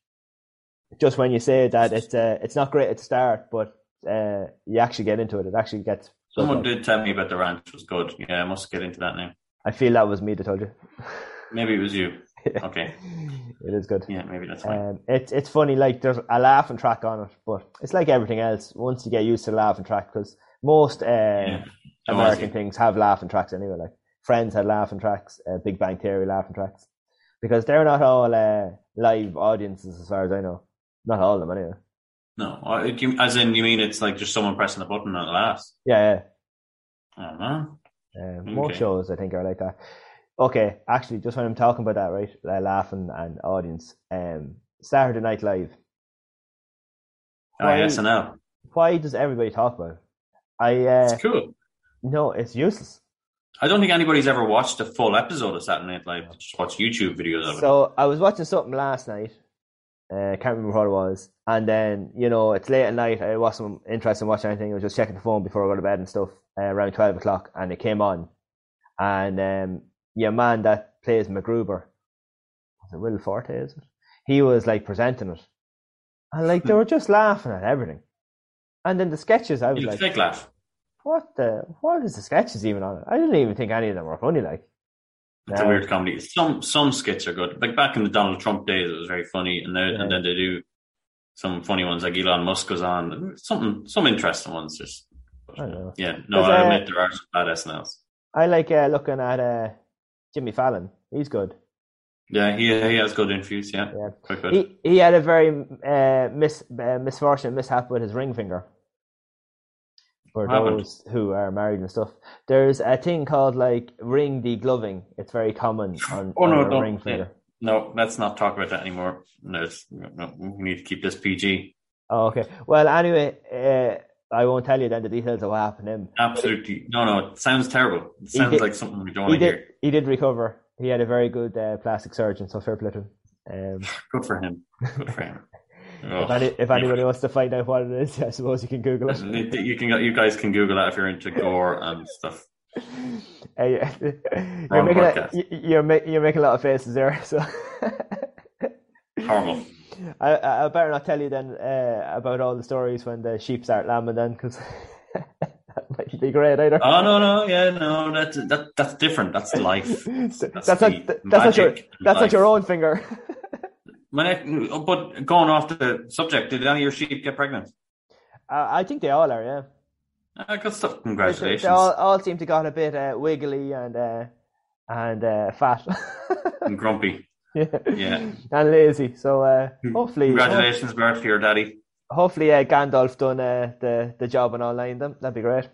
Speaker 2: Just when you say that it's uh, it's not great at the start, but uh, you actually get into it. It actually gets.
Speaker 3: Someone did tell me about the ranch was good. Yeah, I must get into that now.
Speaker 2: I feel that was me that told you.
Speaker 3: Maybe it was you. Okay,
Speaker 2: It is good.
Speaker 3: yeah, maybe that's fine.
Speaker 2: Um, it's it's funny. Like there's a laughing track on it, but it's like everything else. Once you get used to the laughing track, because most uh,
Speaker 3: So
Speaker 2: American
Speaker 3: I-
Speaker 2: things have laughing tracks anyway. Like Friends had laughing tracks, uh, Big Bang Theory laughing tracks, because they're not all uh, live audiences as far as I know. Not all of them anyway.
Speaker 3: No, I- do you- as in you mean it's like just someone pressing a button and it laughs.
Speaker 2: Yeah,
Speaker 3: I don't know.
Speaker 2: yeah. Uh, most
Speaker 3: Mm, Okay.
Speaker 2: shows I think are like that. Okay, actually, just when I'm talking about that, right, uh, laughing and audience. Um, Saturday Night Live.
Speaker 3: Oh,
Speaker 2: Why-
Speaker 3: SNL.
Speaker 2: Why does everybody talk about it? I uh,
Speaker 3: It's cool.
Speaker 2: no, it's useless.
Speaker 3: I don't think anybody's ever watched a full episode of Saturday Night Live. They Just watch YouTube videos of it.
Speaker 2: So I was watching something last night. Uh, can't remember what it was. And then you know it's late at night. I wasn't interested in watching anything. I was just checking the phone before I go to bed and stuff. Uh, around twelve o'clock, and it came on. And um, your man that plays MacGruber, was it Will Forte? Is it? He was like presenting it, and
Speaker 3: <laughs>
Speaker 2: like they were just laughing at everything. And then the sketches, I was
Speaker 3: You
Speaker 2: like,
Speaker 3: fake laugh.
Speaker 2: "What the? What is the sketches even on it? I didn't even think any of them were funny." Like,
Speaker 3: It's a
Speaker 2: No.
Speaker 3: weird comedy. Some some skits are good. Like back in the Donald Trump days, it was very funny, and there
Speaker 2: Yeah.
Speaker 3: and then they do some funny ones. Like Elon Musk was on something, some interesting ones. Just
Speaker 2: I don't know.
Speaker 3: yeah, no,
Speaker 2: Does,
Speaker 3: I
Speaker 2: uh,
Speaker 3: admit there are some bad SNLs.
Speaker 2: I like uh, looking at uh, Jimmy Fallon. He's good.
Speaker 3: Yeah, he he has good interviews. Yeah,
Speaker 2: Yeah.
Speaker 3: quite good.
Speaker 2: He he had a very uh, mis uh, misfortunate mishap with his ring finger. For
Speaker 3: What happened?
Speaker 2: those who are married and stuff, there's a thing called like ring degloving. It's
Speaker 3: <sighs>
Speaker 2: very common on,
Speaker 3: Oh,
Speaker 2: on
Speaker 3: no,
Speaker 2: a
Speaker 3: don't.
Speaker 2: ring finger.
Speaker 3: no, let's not talk about that anymore. No, it's- no, we need to keep this PG.
Speaker 2: Oh, okay. Well, anyway, uh, I won't tell you then the details of what happened to him.
Speaker 3: Absolutely, no, no. It sounds terrible. It
Speaker 2: He
Speaker 3: sounds
Speaker 2: did-
Speaker 3: like something we don't
Speaker 2: He
Speaker 3: want to
Speaker 2: did.
Speaker 3: hear.
Speaker 2: He did recover. He had a very good uh, plastic surgeon, so fair play to him. Um,
Speaker 3: Good for him. Good for him.
Speaker 2: <laughs> if, any,
Speaker 3: <sighs>
Speaker 2: if
Speaker 3: Oh.
Speaker 2: anybody wants to find out what it is, <laughs> I suppose you can Google it.
Speaker 3: you can you guys can Google that if you're into gore and stuff.
Speaker 2: Uh, yeah. <laughs> you're,
Speaker 3: Wrong
Speaker 2: making a,
Speaker 3: podcast.
Speaker 2: you- you're, ma- you're making a lot of faces there, <laughs> so
Speaker 3: Horrible.
Speaker 2: I, I I better not tell you then uh, about all the stories when the sheep start lambing then, because <laughs> that might be great eh? either.
Speaker 3: Oh no no yeah no that's that that's different. That's
Speaker 2: <laughs>
Speaker 3: life.
Speaker 2: So
Speaker 3: that's
Speaker 2: <laughs> that's not
Speaker 3: the
Speaker 2: that's not your
Speaker 3: magic in
Speaker 2: that's not your
Speaker 3: life.
Speaker 2: own finger. <laughs>
Speaker 3: My neck- but going off the subject, did any of your sheep get pregnant?
Speaker 2: I, I think they all are, yeah.
Speaker 3: Ah, good stuff.
Speaker 2: They-
Speaker 3: Congratulations.
Speaker 2: They all, all seem to got a bit uh, wiggly and uh, and uh, fat, <laughs>
Speaker 3: and grumpy.
Speaker 2: yeah.
Speaker 3: Yeah.
Speaker 2: and lazy. So uh, hopefully,
Speaker 3: Congratulations, Bert, to your daddy.
Speaker 2: hopefully uh, Gandalf done uh, the the job and online them. That'd be great.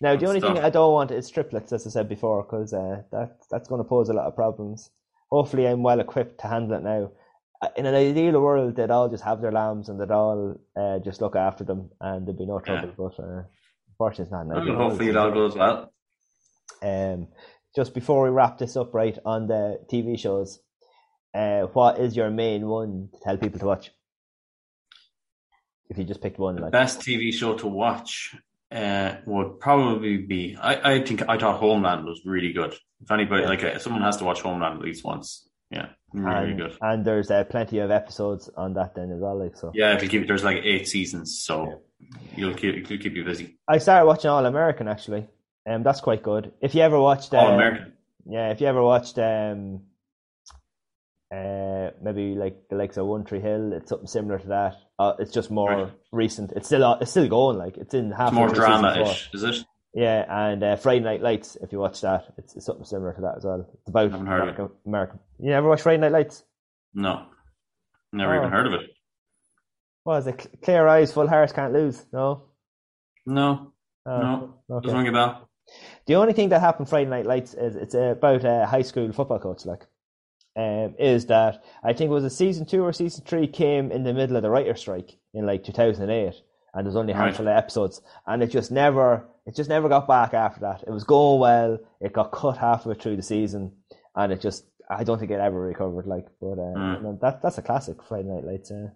Speaker 2: Now the
Speaker 3: Good
Speaker 2: only thing
Speaker 3: stuff.
Speaker 2: I don't want is triplets, as I said before, because uh, that that's going to pose a lot of problems. Hopefully, I'm well equipped to handle it now. Uh, In an ideal world, they'd all just have their lambs and they'd all uh, just look after them, and there'd be no trouble. But uh, unfortunately, it's not an ideal
Speaker 3: Well,
Speaker 2: world.
Speaker 3: hopefully it all goes well.
Speaker 2: Um, just before we wrap this up, right on the TV shows, uh, what is your main one to tell people to watch? If you just picked one,
Speaker 3: The
Speaker 2: like
Speaker 3: best TV show to watch uh, would probably be. I, I think I thought Homeland was really good. If anybody
Speaker 2: Yeah.
Speaker 3: like uh, someone has to watch Homeland at least once. Yeah, really,
Speaker 2: and,
Speaker 3: really good.
Speaker 2: and there's uh, plenty of episodes on that then as well. Like so,
Speaker 3: Yeah, it'll keep. There's like eight seasons, so you'll keep it'll keep you busy.
Speaker 2: I started watching All American actually. Um, that's quite good. If you ever watched, um,
Speaker 3: All American.
Speaker 2: yeah, if you ever watched, um, Uh, maybe like the likes of One Tree Hill. It's something similar to that. Uh, it's just more
Speaker 3: Right.
Speaker 2: recent. It's still on- it's still going. Like it's in half.
Speaker 3: It's more drama-ish, is it?
Speaker 2: Yeah, and uh, Friday Night Lights. If you watch that, it's, it's something similar to that as well. It's about
Speaker 3: Haven't heard of it.
Speaker 2: America, America. You never watch Friday Night Lights?
Speaker 3: No, never
Speaker 2: Oh.
Speaker 3: even heard of it.
Speaker 2: What is it? Cl- Clear eyes, full hearts can't lose. No.
Speaker 3: No,
Speaker 2: Oh,
Speaker 3: no,
Speaker 2: okay.
Speaker 3: doesn't ring a bell.
Speaker 2: The only thing that happened Friday Night Lights is it's about a high school football coach, like, um, is that I think it was a season two or season three came in the middle of the writer's strike in like 2008, and there's only a
Speaker 3: Right.
Speaker 2: handful of episodes, and it just never, it just never got back after that. It was going well, it got cut half of it through the season, and it just, I don't think it ever recovered. Like, but uh,
Speaker 4: Hmm.
Speaker 3: Mm.
Speaker 2: no, that that's a classic Friday Night Lights, uh,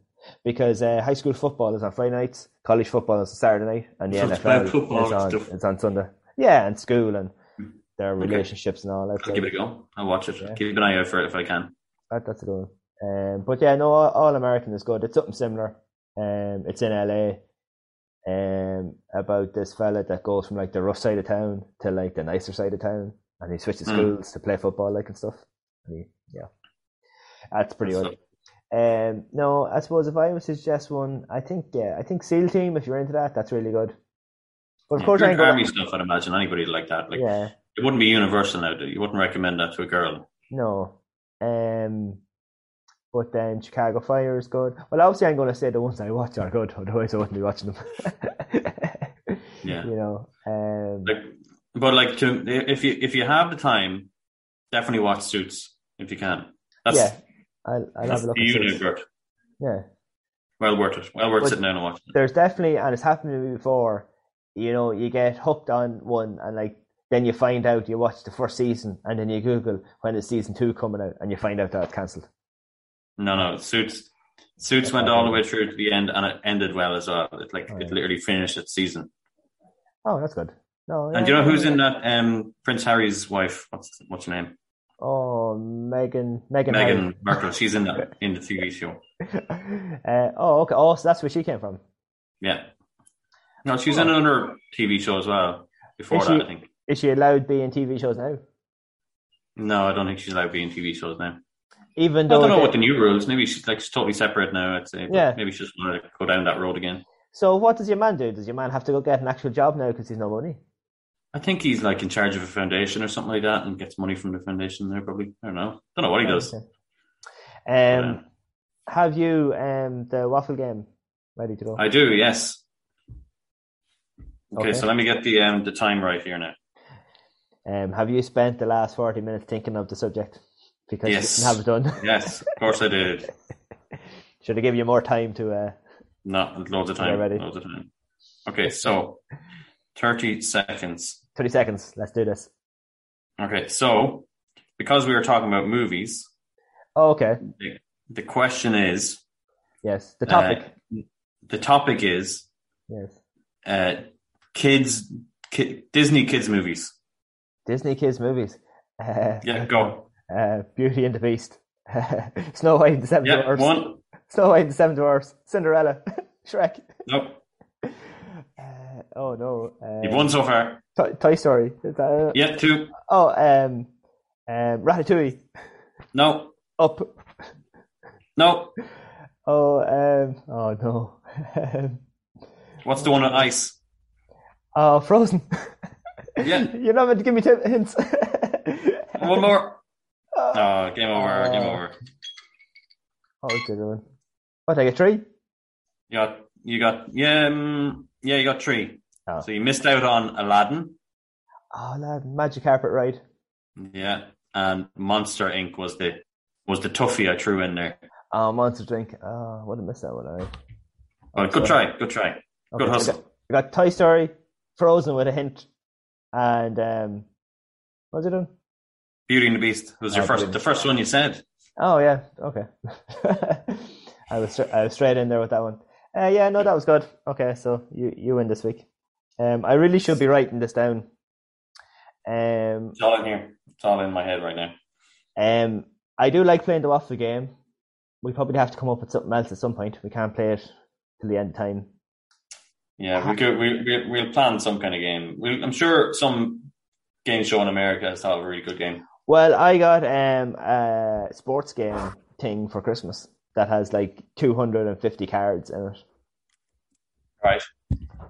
Speaker 2: because uh, high school football is on Friday nights, college football is on Saturday night, and the
Speaker 4: So
Speaker 2: NFL
Speaker 4: it's about football
Speaker 2: is
Speaker 4: and
Speaker 2: on,
Speaker 4: stuff.
Speaker 2: it's on Sunday. Yeah, and school and
Speaker 3: Mm.
Speaker 2: their relationships and all that.
Speaker 3: I'll give it a go. I'll watch it.
Speaker 2: Yeah.
Speaker 3: Keep an eye out for it if I can.
Speaker 2: That- that's a good one. Um, but yeah, no, all, all American is good. It's something similar. Um, it's in LA. Um, about this fella that goes from like the rough side of town to like the nicer side of town, and he switches
Speaker 3: Hmm.
Speaker 2: schools to play football, like and stuff. And he, yeah, that's pretty
Speaker 3: That's
Speaker 2: good. Um, no, I suppose if I was to suggest one, I think yeah, I think SEAL Team. If you're into that, that's really good. But of
Speaker 3: Yeah,
Speaker 2: course, I
Speaker 3: Greek
Speaker 2: ain't gonna-
Speaker 3: army stuff. I'd imagine anybody would like that. Like
Speaker 2: yeah.
Speaker 3: it wouldn't be universal now. You wouldn't recommend that to a girl.
Speaker 2: No. Um, but then Chicago Fire is good. Well, obviously, I'm going to say the ones I watch are good, <laughs> otherwise, I wouldn't be watching them. <laughs>
Speaker 3: Yeah.
Speaker 2: You know, um,
Speaker 3: Like, but like to if you if you have the time, definitely watch Suits if you can. That's
Speaker 2: yeah. I'll, I'll have
Speaker 3: that's
Speaker 2: a look
Speaker 3: the
Speaker 2: at
Speaker 3: unit
Speaker 2: this.
Speaker 3: worth.
Speaker 2: Yeah.
Speaker 3: Well worth it. Well worth
Speaker 2: But-
Speaker 3: sitting down and watching. it.
Speaker 2: There's definitely, and it's happened to me before, you know, you get hooked on one and like, then you find out you watch the first season and then you Google when is season two coming out and you find out that it's cancelled.
Speaker 3: No, no, Suits. Suits went all the way through to the end, and it ended well as well. It like
Speaker 2: Alright.
Speaker 3: it literally finished its season.
Speaker 2: Oh, that's good. No,
Speaker 3: And do
Speaker 2: yeah,
Speaker 3: you know who's
Speaker 2: yeah.
Speaker 3: in that? Um, Prince Harry's wife. What's what's her name?
Speaker 2: Oh, Megan, Megan,
Speaker 3: Meghan Markle. She's in that in the TV show.
Speaker 2: <laughs> uh, oh, okay. Oh, so that's where she came from.
Speaker 3: Yeah. No, she's in another TV show as well. Before
Speaker 2: Is
Speaker 3: that,
Speaker 2: she-
Speaker 3: I think.
Speaker 2: Is she allowed being TV shows now?
Speaker 3: No, I don't think she's allowed to be in TV shows now.
Speaker 2: Even
Speaker 3: I
Speaker 2: though
Speaker 3: don't know
Speaker 2: they-
Speaker 3: what the new rules. Maybe she's like she's totally separate now. I'd say. but
Speaker 2: Yeah.
Speaker 3: Maybe she's wanted to go down that road again.
Speaker 2: so what does your man do? Does your man have to go get an actual job now because he's no money?
Speaker 3: I think he's like in charge of a foundation or something like that, and gets money from the foundation there. Probably. I don't know. Don't know what he does.
Speaker 2: Okay.
Speaker 3: Yeah.
Speaker 2: Um, have you um the waffle game ready to go?
Speaker 3: I do. Yes. Okay,
Speaker 2: Okay.
Speaker 3: so let me get the um the time right here now.
Speaker 2: Um, have you spent the last forty minutes thinking of the subject because
Speaker 3: Yes.
Speaker 2: you didn't have it
Speaker 3: <laughs>
Speaker 2: done? <laughs>
Speaker 3: Yes, of course I did.
Speaker 2: Should I give you more time to? Uh,
Speaker 3: Not loads of time.
Speaker 2: Yeah, ready.
Speaker 3: Loads of time. Okay, so thirty seconds.
Speaker 2: Thirty seconds. Let's do this.
Speaker 3: Okay, so because we were talking about movies,
Speaker 2: Oh, okay.
Speaker 3: the question is
Speaker 2: Yes. The
Speaker 3: uh,
Speaker 2: topic.
Speaker 3: the topic is
Speaker 2: yes.
Speaker 3: uh, kids ki- Disney kids movies.
Speaker 2: Disney kids movies. Uh,
Speaker 3: Yeah, go.
Speaker 2: Uh, Beauty and the Beast. <laughs> Snow White and the Seven
Speaker 3: Yeah,
Speaker 2: Dwarfs.
Speaker 3: one.
Speaker 2: Snow White and the Seven Dwarfs. Cinderella. <laughs> Shrek.
Speaker 3: Nope,
Speaker 2: Uh, oh no. Uh,
Speaker 3: you've won so far.
Speaker 2: Toy, Toy Story. Is that-
Speaker 3: Yeah, two.
Speaker 2: Oh, um, um, Ratatouille.
Speaker 3: No,
Speaker 2: Up.
Speaker 3: no.
Speaker 2: Oh, um, oh no. <laughs> Um,
Speaker 3: What's the one on ice?
Speaker 2: oh, Frozen. <laughs>
Speaker 3: Yeah.
Speaker 2: You're not meant to give me tip- hints. <laughs>
Speaker 3: One more. Oh, game over. game
Speaker 2: Oh.
Speaker 3: over.
Speaker 2: oh, good one. What, I get three?
Speaker 3: You got. You got. Yeah. Um, yeah. You got three.
Speaker 2: Oh.
Speaker 3: So you missed out on Aladdin.
Speaker 2: Oh, lad, Magic Carpet Ride.
Speaker 3: Yeah. And Monster Inc. was the was the toughie I threw in there.
Speaker 2: Oh, Monster Drink. Oh, what a miss that one. I.
Speaker 3: But good try. Good try. Good
Speaker 2: Okay,
Speaker 3: hustle.
Speaker 2: I got, I got Toy Story, Frozen with a hint, and um, what's it doing?
Speaker 3: Beauty and the Beast was your
Speaker 2: Oh,
Speaker 3: first.
Speaker 2: brilliant.
Speaker 3: The first one you said.
Speaker 2: Oh yeah, okay. <laughs> I was stra- I was straight in there with that one. Uh, yeah, no, that was good. Okay, so you you win this week. Um, I really should be writing this down. Um,
Speaker 3: It's all in here. It's all in my head right now.
Speaker 2: um, I do like playing the waffle game. We probably have to come up with something else at some point. We can't play it till the end of time.
Speaker 3: Yeah,
Speaker 2: Ah.
Speaker 3: we could, we, we, we'll plan some kind of game. We'll, I'm sure some game show in America has thought of a really good game.
Speaker 2: Well, I got um, a sports game thing for Christmas that has like 250 cards in it.
Speaker 3: Right.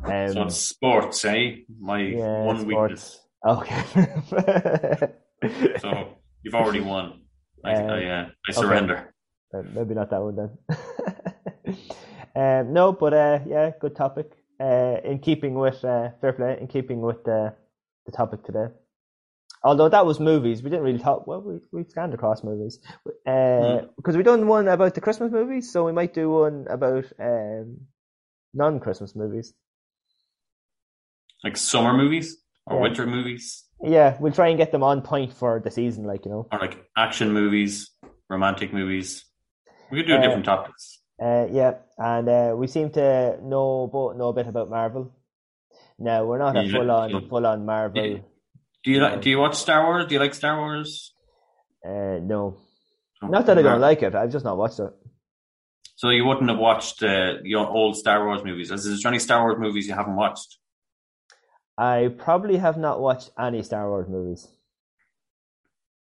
Speaker 2: Um,
Speaker 3: so it's sports, eh? My
Speaker 2: yeah,
Speaker 3: one
Speaker 2: sports. Okay. <laughs>
Speaker 3: weakness. So you've already won. I,
Speaker 2: Um,
Speaker 3: I, uh, I surrender.
Speaker 2: Uh, maybe not that one then. <laughs> um, no, but uh, yeah, good topic. Uh, in keeping with uh, fair play, in keeping with uh, the topic today. Although that was movies, we didn't really talk. Well, we we scanned across movies because we done one about the Christmas movies, so we might do one about um, non-Christmas movies.
Speaker 3: Like summer movies or
Speaker 2: Yeah.
Speaker 3: winter movies
Speaker 2: Yeah, we'll try and get them on point for the season, like you know.
Speaker 3: or like action movies, romantic movies. We could do
Speaker 2: Uh,
Speaker 3: different topics.
Speaker 2: Uh, yeah, and uh, we seem to know both know a bit about Marvel. No, we're not a
Speaker 3: Yeah,
Speaker 2: full on
Speaker 3: yeah.
Speaker 2: full on Marvel.
Speaker 3: Do you like, do you watch Star Wars? Do you like Star Wars?
Speaker 2: Uh, no, not that I don't like it. I've just not watched it.
Speaker 3: So you wouldn't have watched uh, your old Star Wars movies. Is there any Star Wars movies you haven't watched?
Speaker 2: I probably have not watched any Star Wars movies.
Speaker 3: <laughs>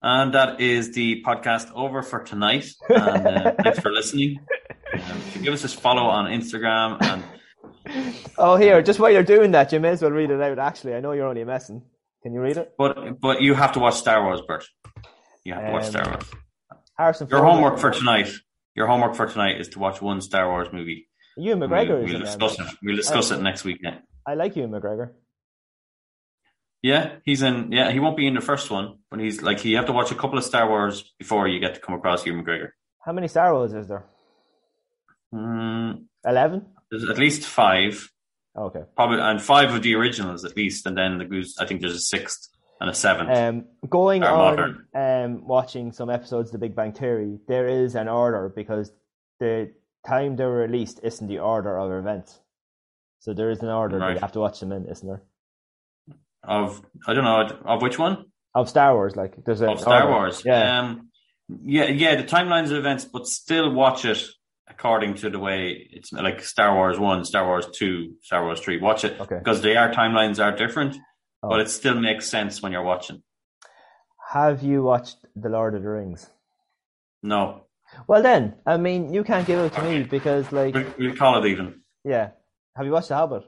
Speaker 3: And that is the podcast over for tonight. And
Speaker 2: <laughs>
Speaker 3: uh, thanks for listening. Um, you can give us a follow on Instagram and
Speaker 2: Oh, here, just while you're doing that, you may as well read it out. Actually, I know you're only messing. Can you read it?
Speaker 3: But but you have to watch Star Wars, Bert. You have to watch
Speaker 2: Um,
Speaker 3: Star Wars.
Speaker 2: Harrison.
Speaker 3: Your
Speaker 2: Ford-
Speaker 3: homework for tonight. Your homework for tonight is to watch one Star Wars movie.
Speaker 2: Ewan
Speaker 3: And
Speaker 2: McGregor
Speaker 3: We'll,
Speaker 2: is
Speaker 3: we'll
Speaker 2: in there,
Speaker 3: discuss
Speaker 2: man.
Speaker 3: it. We'll discuss
Speaker 2: I-
Speaker 3: it next weekend.
Speaker 2: I like Ewan McGregor.
Speaker 3: Yeah, he's in. Yeah, he won't be in the first one, but he's like you have to watch a couple of Star Wars before you get to come across Hugh McGregor.
Speaker 2: How many Star Wars is there?
Speaker 3: Mm,
Speaker 2: Eleven.
Speaker 3: there's at least five,
Speaker 2: Okay.
Speaker 3: probably, and five of the originals at least, and then the goose. I think there's a sixth and a seventh.
Speaker 2: Um, going
Speaker 3: Our
Speaker 2: on um, watching some episodes of The Big Bang Theory, there is an order because the time they're released isn't the order of events. So there is an order that
Speaker 3: Right.
Speaker 2: you have to watch them in, isn't there?
Speaker 3: of I don't know of which one.
Speaker 2: Of Star Wars, like there's a
Speaker 3: of Star
Speaker 2: order.
Speaker 3: Wars.
Speaker 2: Yeah,
Speaker 3: Um, yeah, yeah, the timelines of events, but still watch it according to the way it's like Star Wars 1, Star Wars 2, Star Wars 3. Watch it
Speaker 2: Okay.
Speaker 3: because they are timelines are different,
Speaker 2: Oh.
Speaker 3: but it still makes sense when you're watching.
Speaker 2: Have you watched The Lord of the Rings?
Speaker 3: No,
Speaker 2: Well, then, I mean, you can't give it to me because, like,
Speaker 3: we- we'll call it even.
Speaker 2: yeah. Have you watched The Hobbit?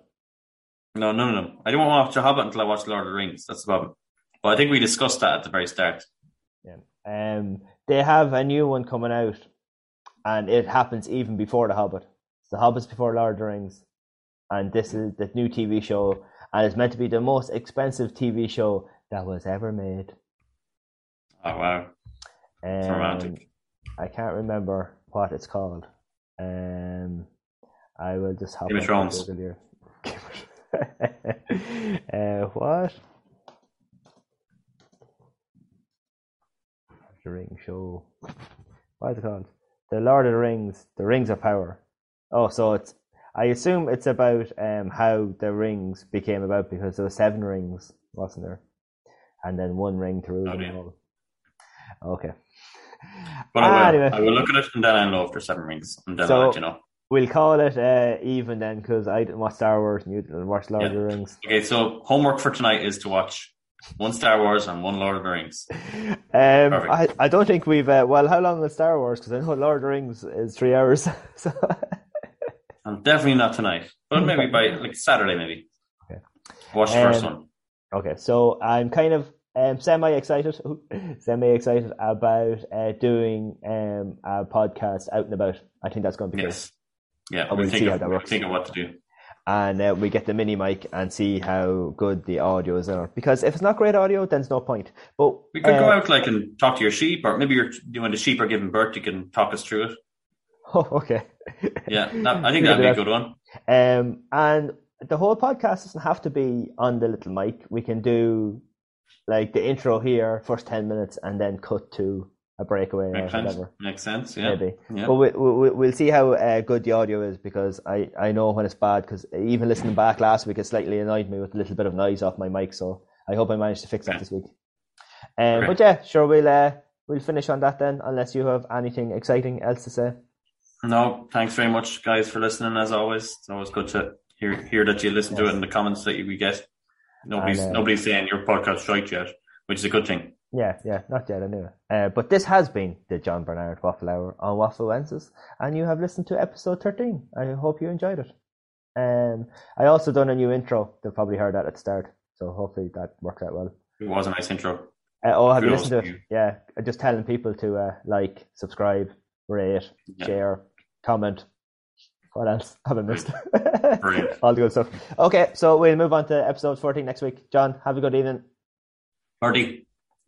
Speaker 3: No, none of them. I didn't want to watch The Hobbit until I watched Lord of the Rings. That's the problem. But I think we discussed that at the very start.
Speaker 2: Um, they have a new one coming out, and it happens even before The Hobbit. So The Hobbit's before Lord of the Rings, and this is the new TV show, and it's meant to be the most expensive TV show that was ever made.
Speaker 3: Oh, wow.
Speaker 2: Um,
Speaker 3: romantic.
Speaker 2: I can't remember what it's called. Um, I will just hop
Speaker 3: Game of
Speaker 2: on
Speaker 3: Thrones.
Speaker 2: Google here. <laughs> uh, what? The Ring Show. What is it called? The Lord of the Rings. The Rings of Power. Oh, so it's. I assume it's about um, how the rings became about because there were seven rings, wasn't there? And then one ring to rule
Speaker 3: Oh,
Speaker 2: them
Speaker 3: yeah.
Speaker 2: all. Okay.
Speaker 3: But I will.
Speaker 2: Ah, Anyway.
Speaker 3: I will look at it and then I'll know if there's seven rings. And then
Speaker 2: So-
Speaker 3: I'll let you know.
Speaker 2: We'll call it uh, even then because I didn't watch Star Wars and you didn't watch Lord of
Speaker 3: <laughs>
Speaker 2: the Rings.
Speaker 3: Okay, so homework for tonight is to watch one Star Wars and one Lord of the Rings.
Speaker 2: Um,
Speaker 3: Perfect.
Speaker 2: I, I don't think we've. Uh, well, how long is Star Wars? Because I know Lord of the Rings is three hours. <laughs> so,
Speaker 3: And definitely not tonight, but maybe by like Saturday, maybe.
Speaker 2: Okay.
Speaker 3: Watch the first
Speaker 2: Um,
Speaker 3: one.
Speaker 2: okay, so I'm kind of um, semi <laughs> excited, semi excited about uh, doing um, a podcast out and about. I think that's going to be
Speaker 3: Yes. Yeah,
Speaker 2: I
Speaker 3: we
Speaker 2: will
Speaker 3: think
Speaker 2: see
Speaker 3: of,
Speaker 2: how that
Speaker 3: we'll
Speaker 2: works.
Speaker 3: think of what to do.
Speaker 2: good. And uh, we get the mini mic and see how good the audio is. on it. Because if it's not great audio, then there's no point. But
Speaker 3: We could
Speaker 2: uh,
Speaker 3: go out like and talk to your sheep, or maybe you're when the sheep are giving birth, you can talk us through it.
Speaker 2: Oh, <laughs> okay.
Speaker 3: Yeah, that, I
Speaker 2: We
Speaker 3: think
Speaker 2: could
Speaker 3: that'd
Speaker 2: do
Speaker 3: be a
Speaker 2: that.
Speaker 3: good one.
Speaker 2: Um, and the whole podcast doesn't have to be on the little mic. We can do like the intro here, first 10 minutes, and then cut to a breakaway
Speaker 3: Makes
Speaker 2: or
Speaker 3: sense.
Speaker 2: whatever.
Speaker 3: Makes sense. Yeah.
Speaker 2: Maybe.
Speaker 3: Yeah.
Speaker 2: But we, we, we'll see how uh, good the audio is because I, I know when it's bad because even listening back last week, it slightly annoyed me with a little bit of noise off my mic. So I hope I managed to fix that
Speaker 3: Okay.
Speaker 2: this week. Um,
Speaker 3: Okay.
Speaker 2: But yeah, sure, we'll, uh, we'll finish on that then, unless you have anything exciting else to say.
Speaker 3: No, thanks very much, guys, for listening. As always, it's always good to hear hear that you listen to
Speaker 2: Yes.
Speaker 3: it in the comments that you we get. Nobody's
Speaker 2: And, uh,
Speaker 3: nobody's saying your podcast shite yet, which is a good thing.
Speaker 2: Yeah, yeah, not yet, I knew it. Uh, but this has been the John Bernard Waffle Hour on Waffle Wednesdays, and you have listened to episode 13. I hope you enjoyed it. Um, I also done a new intro. They've probably heard that at the start, so hopefully that worked out well.
Speaker 3: It was a nice intro.
Speaker 2: Uh, oh, have you
Speaker 3: Kudos
Speaker 2: listened to
Speaker 3: to
Speaker 2: it?
Speaker 3: you.
Speaker 2: Yeah, I'm just telling people to uh, like, subscribe, rate,
Speaker 3: Yeah.
Speaker 2: share, comment. What else? haven't missed.
Speaker 3: Brilliant.
Speaker 2: <laughs> All the good stuff. Okay, so we'll move on to episode 14 next week. John, have a good evening.
Speaker 3: Hardy,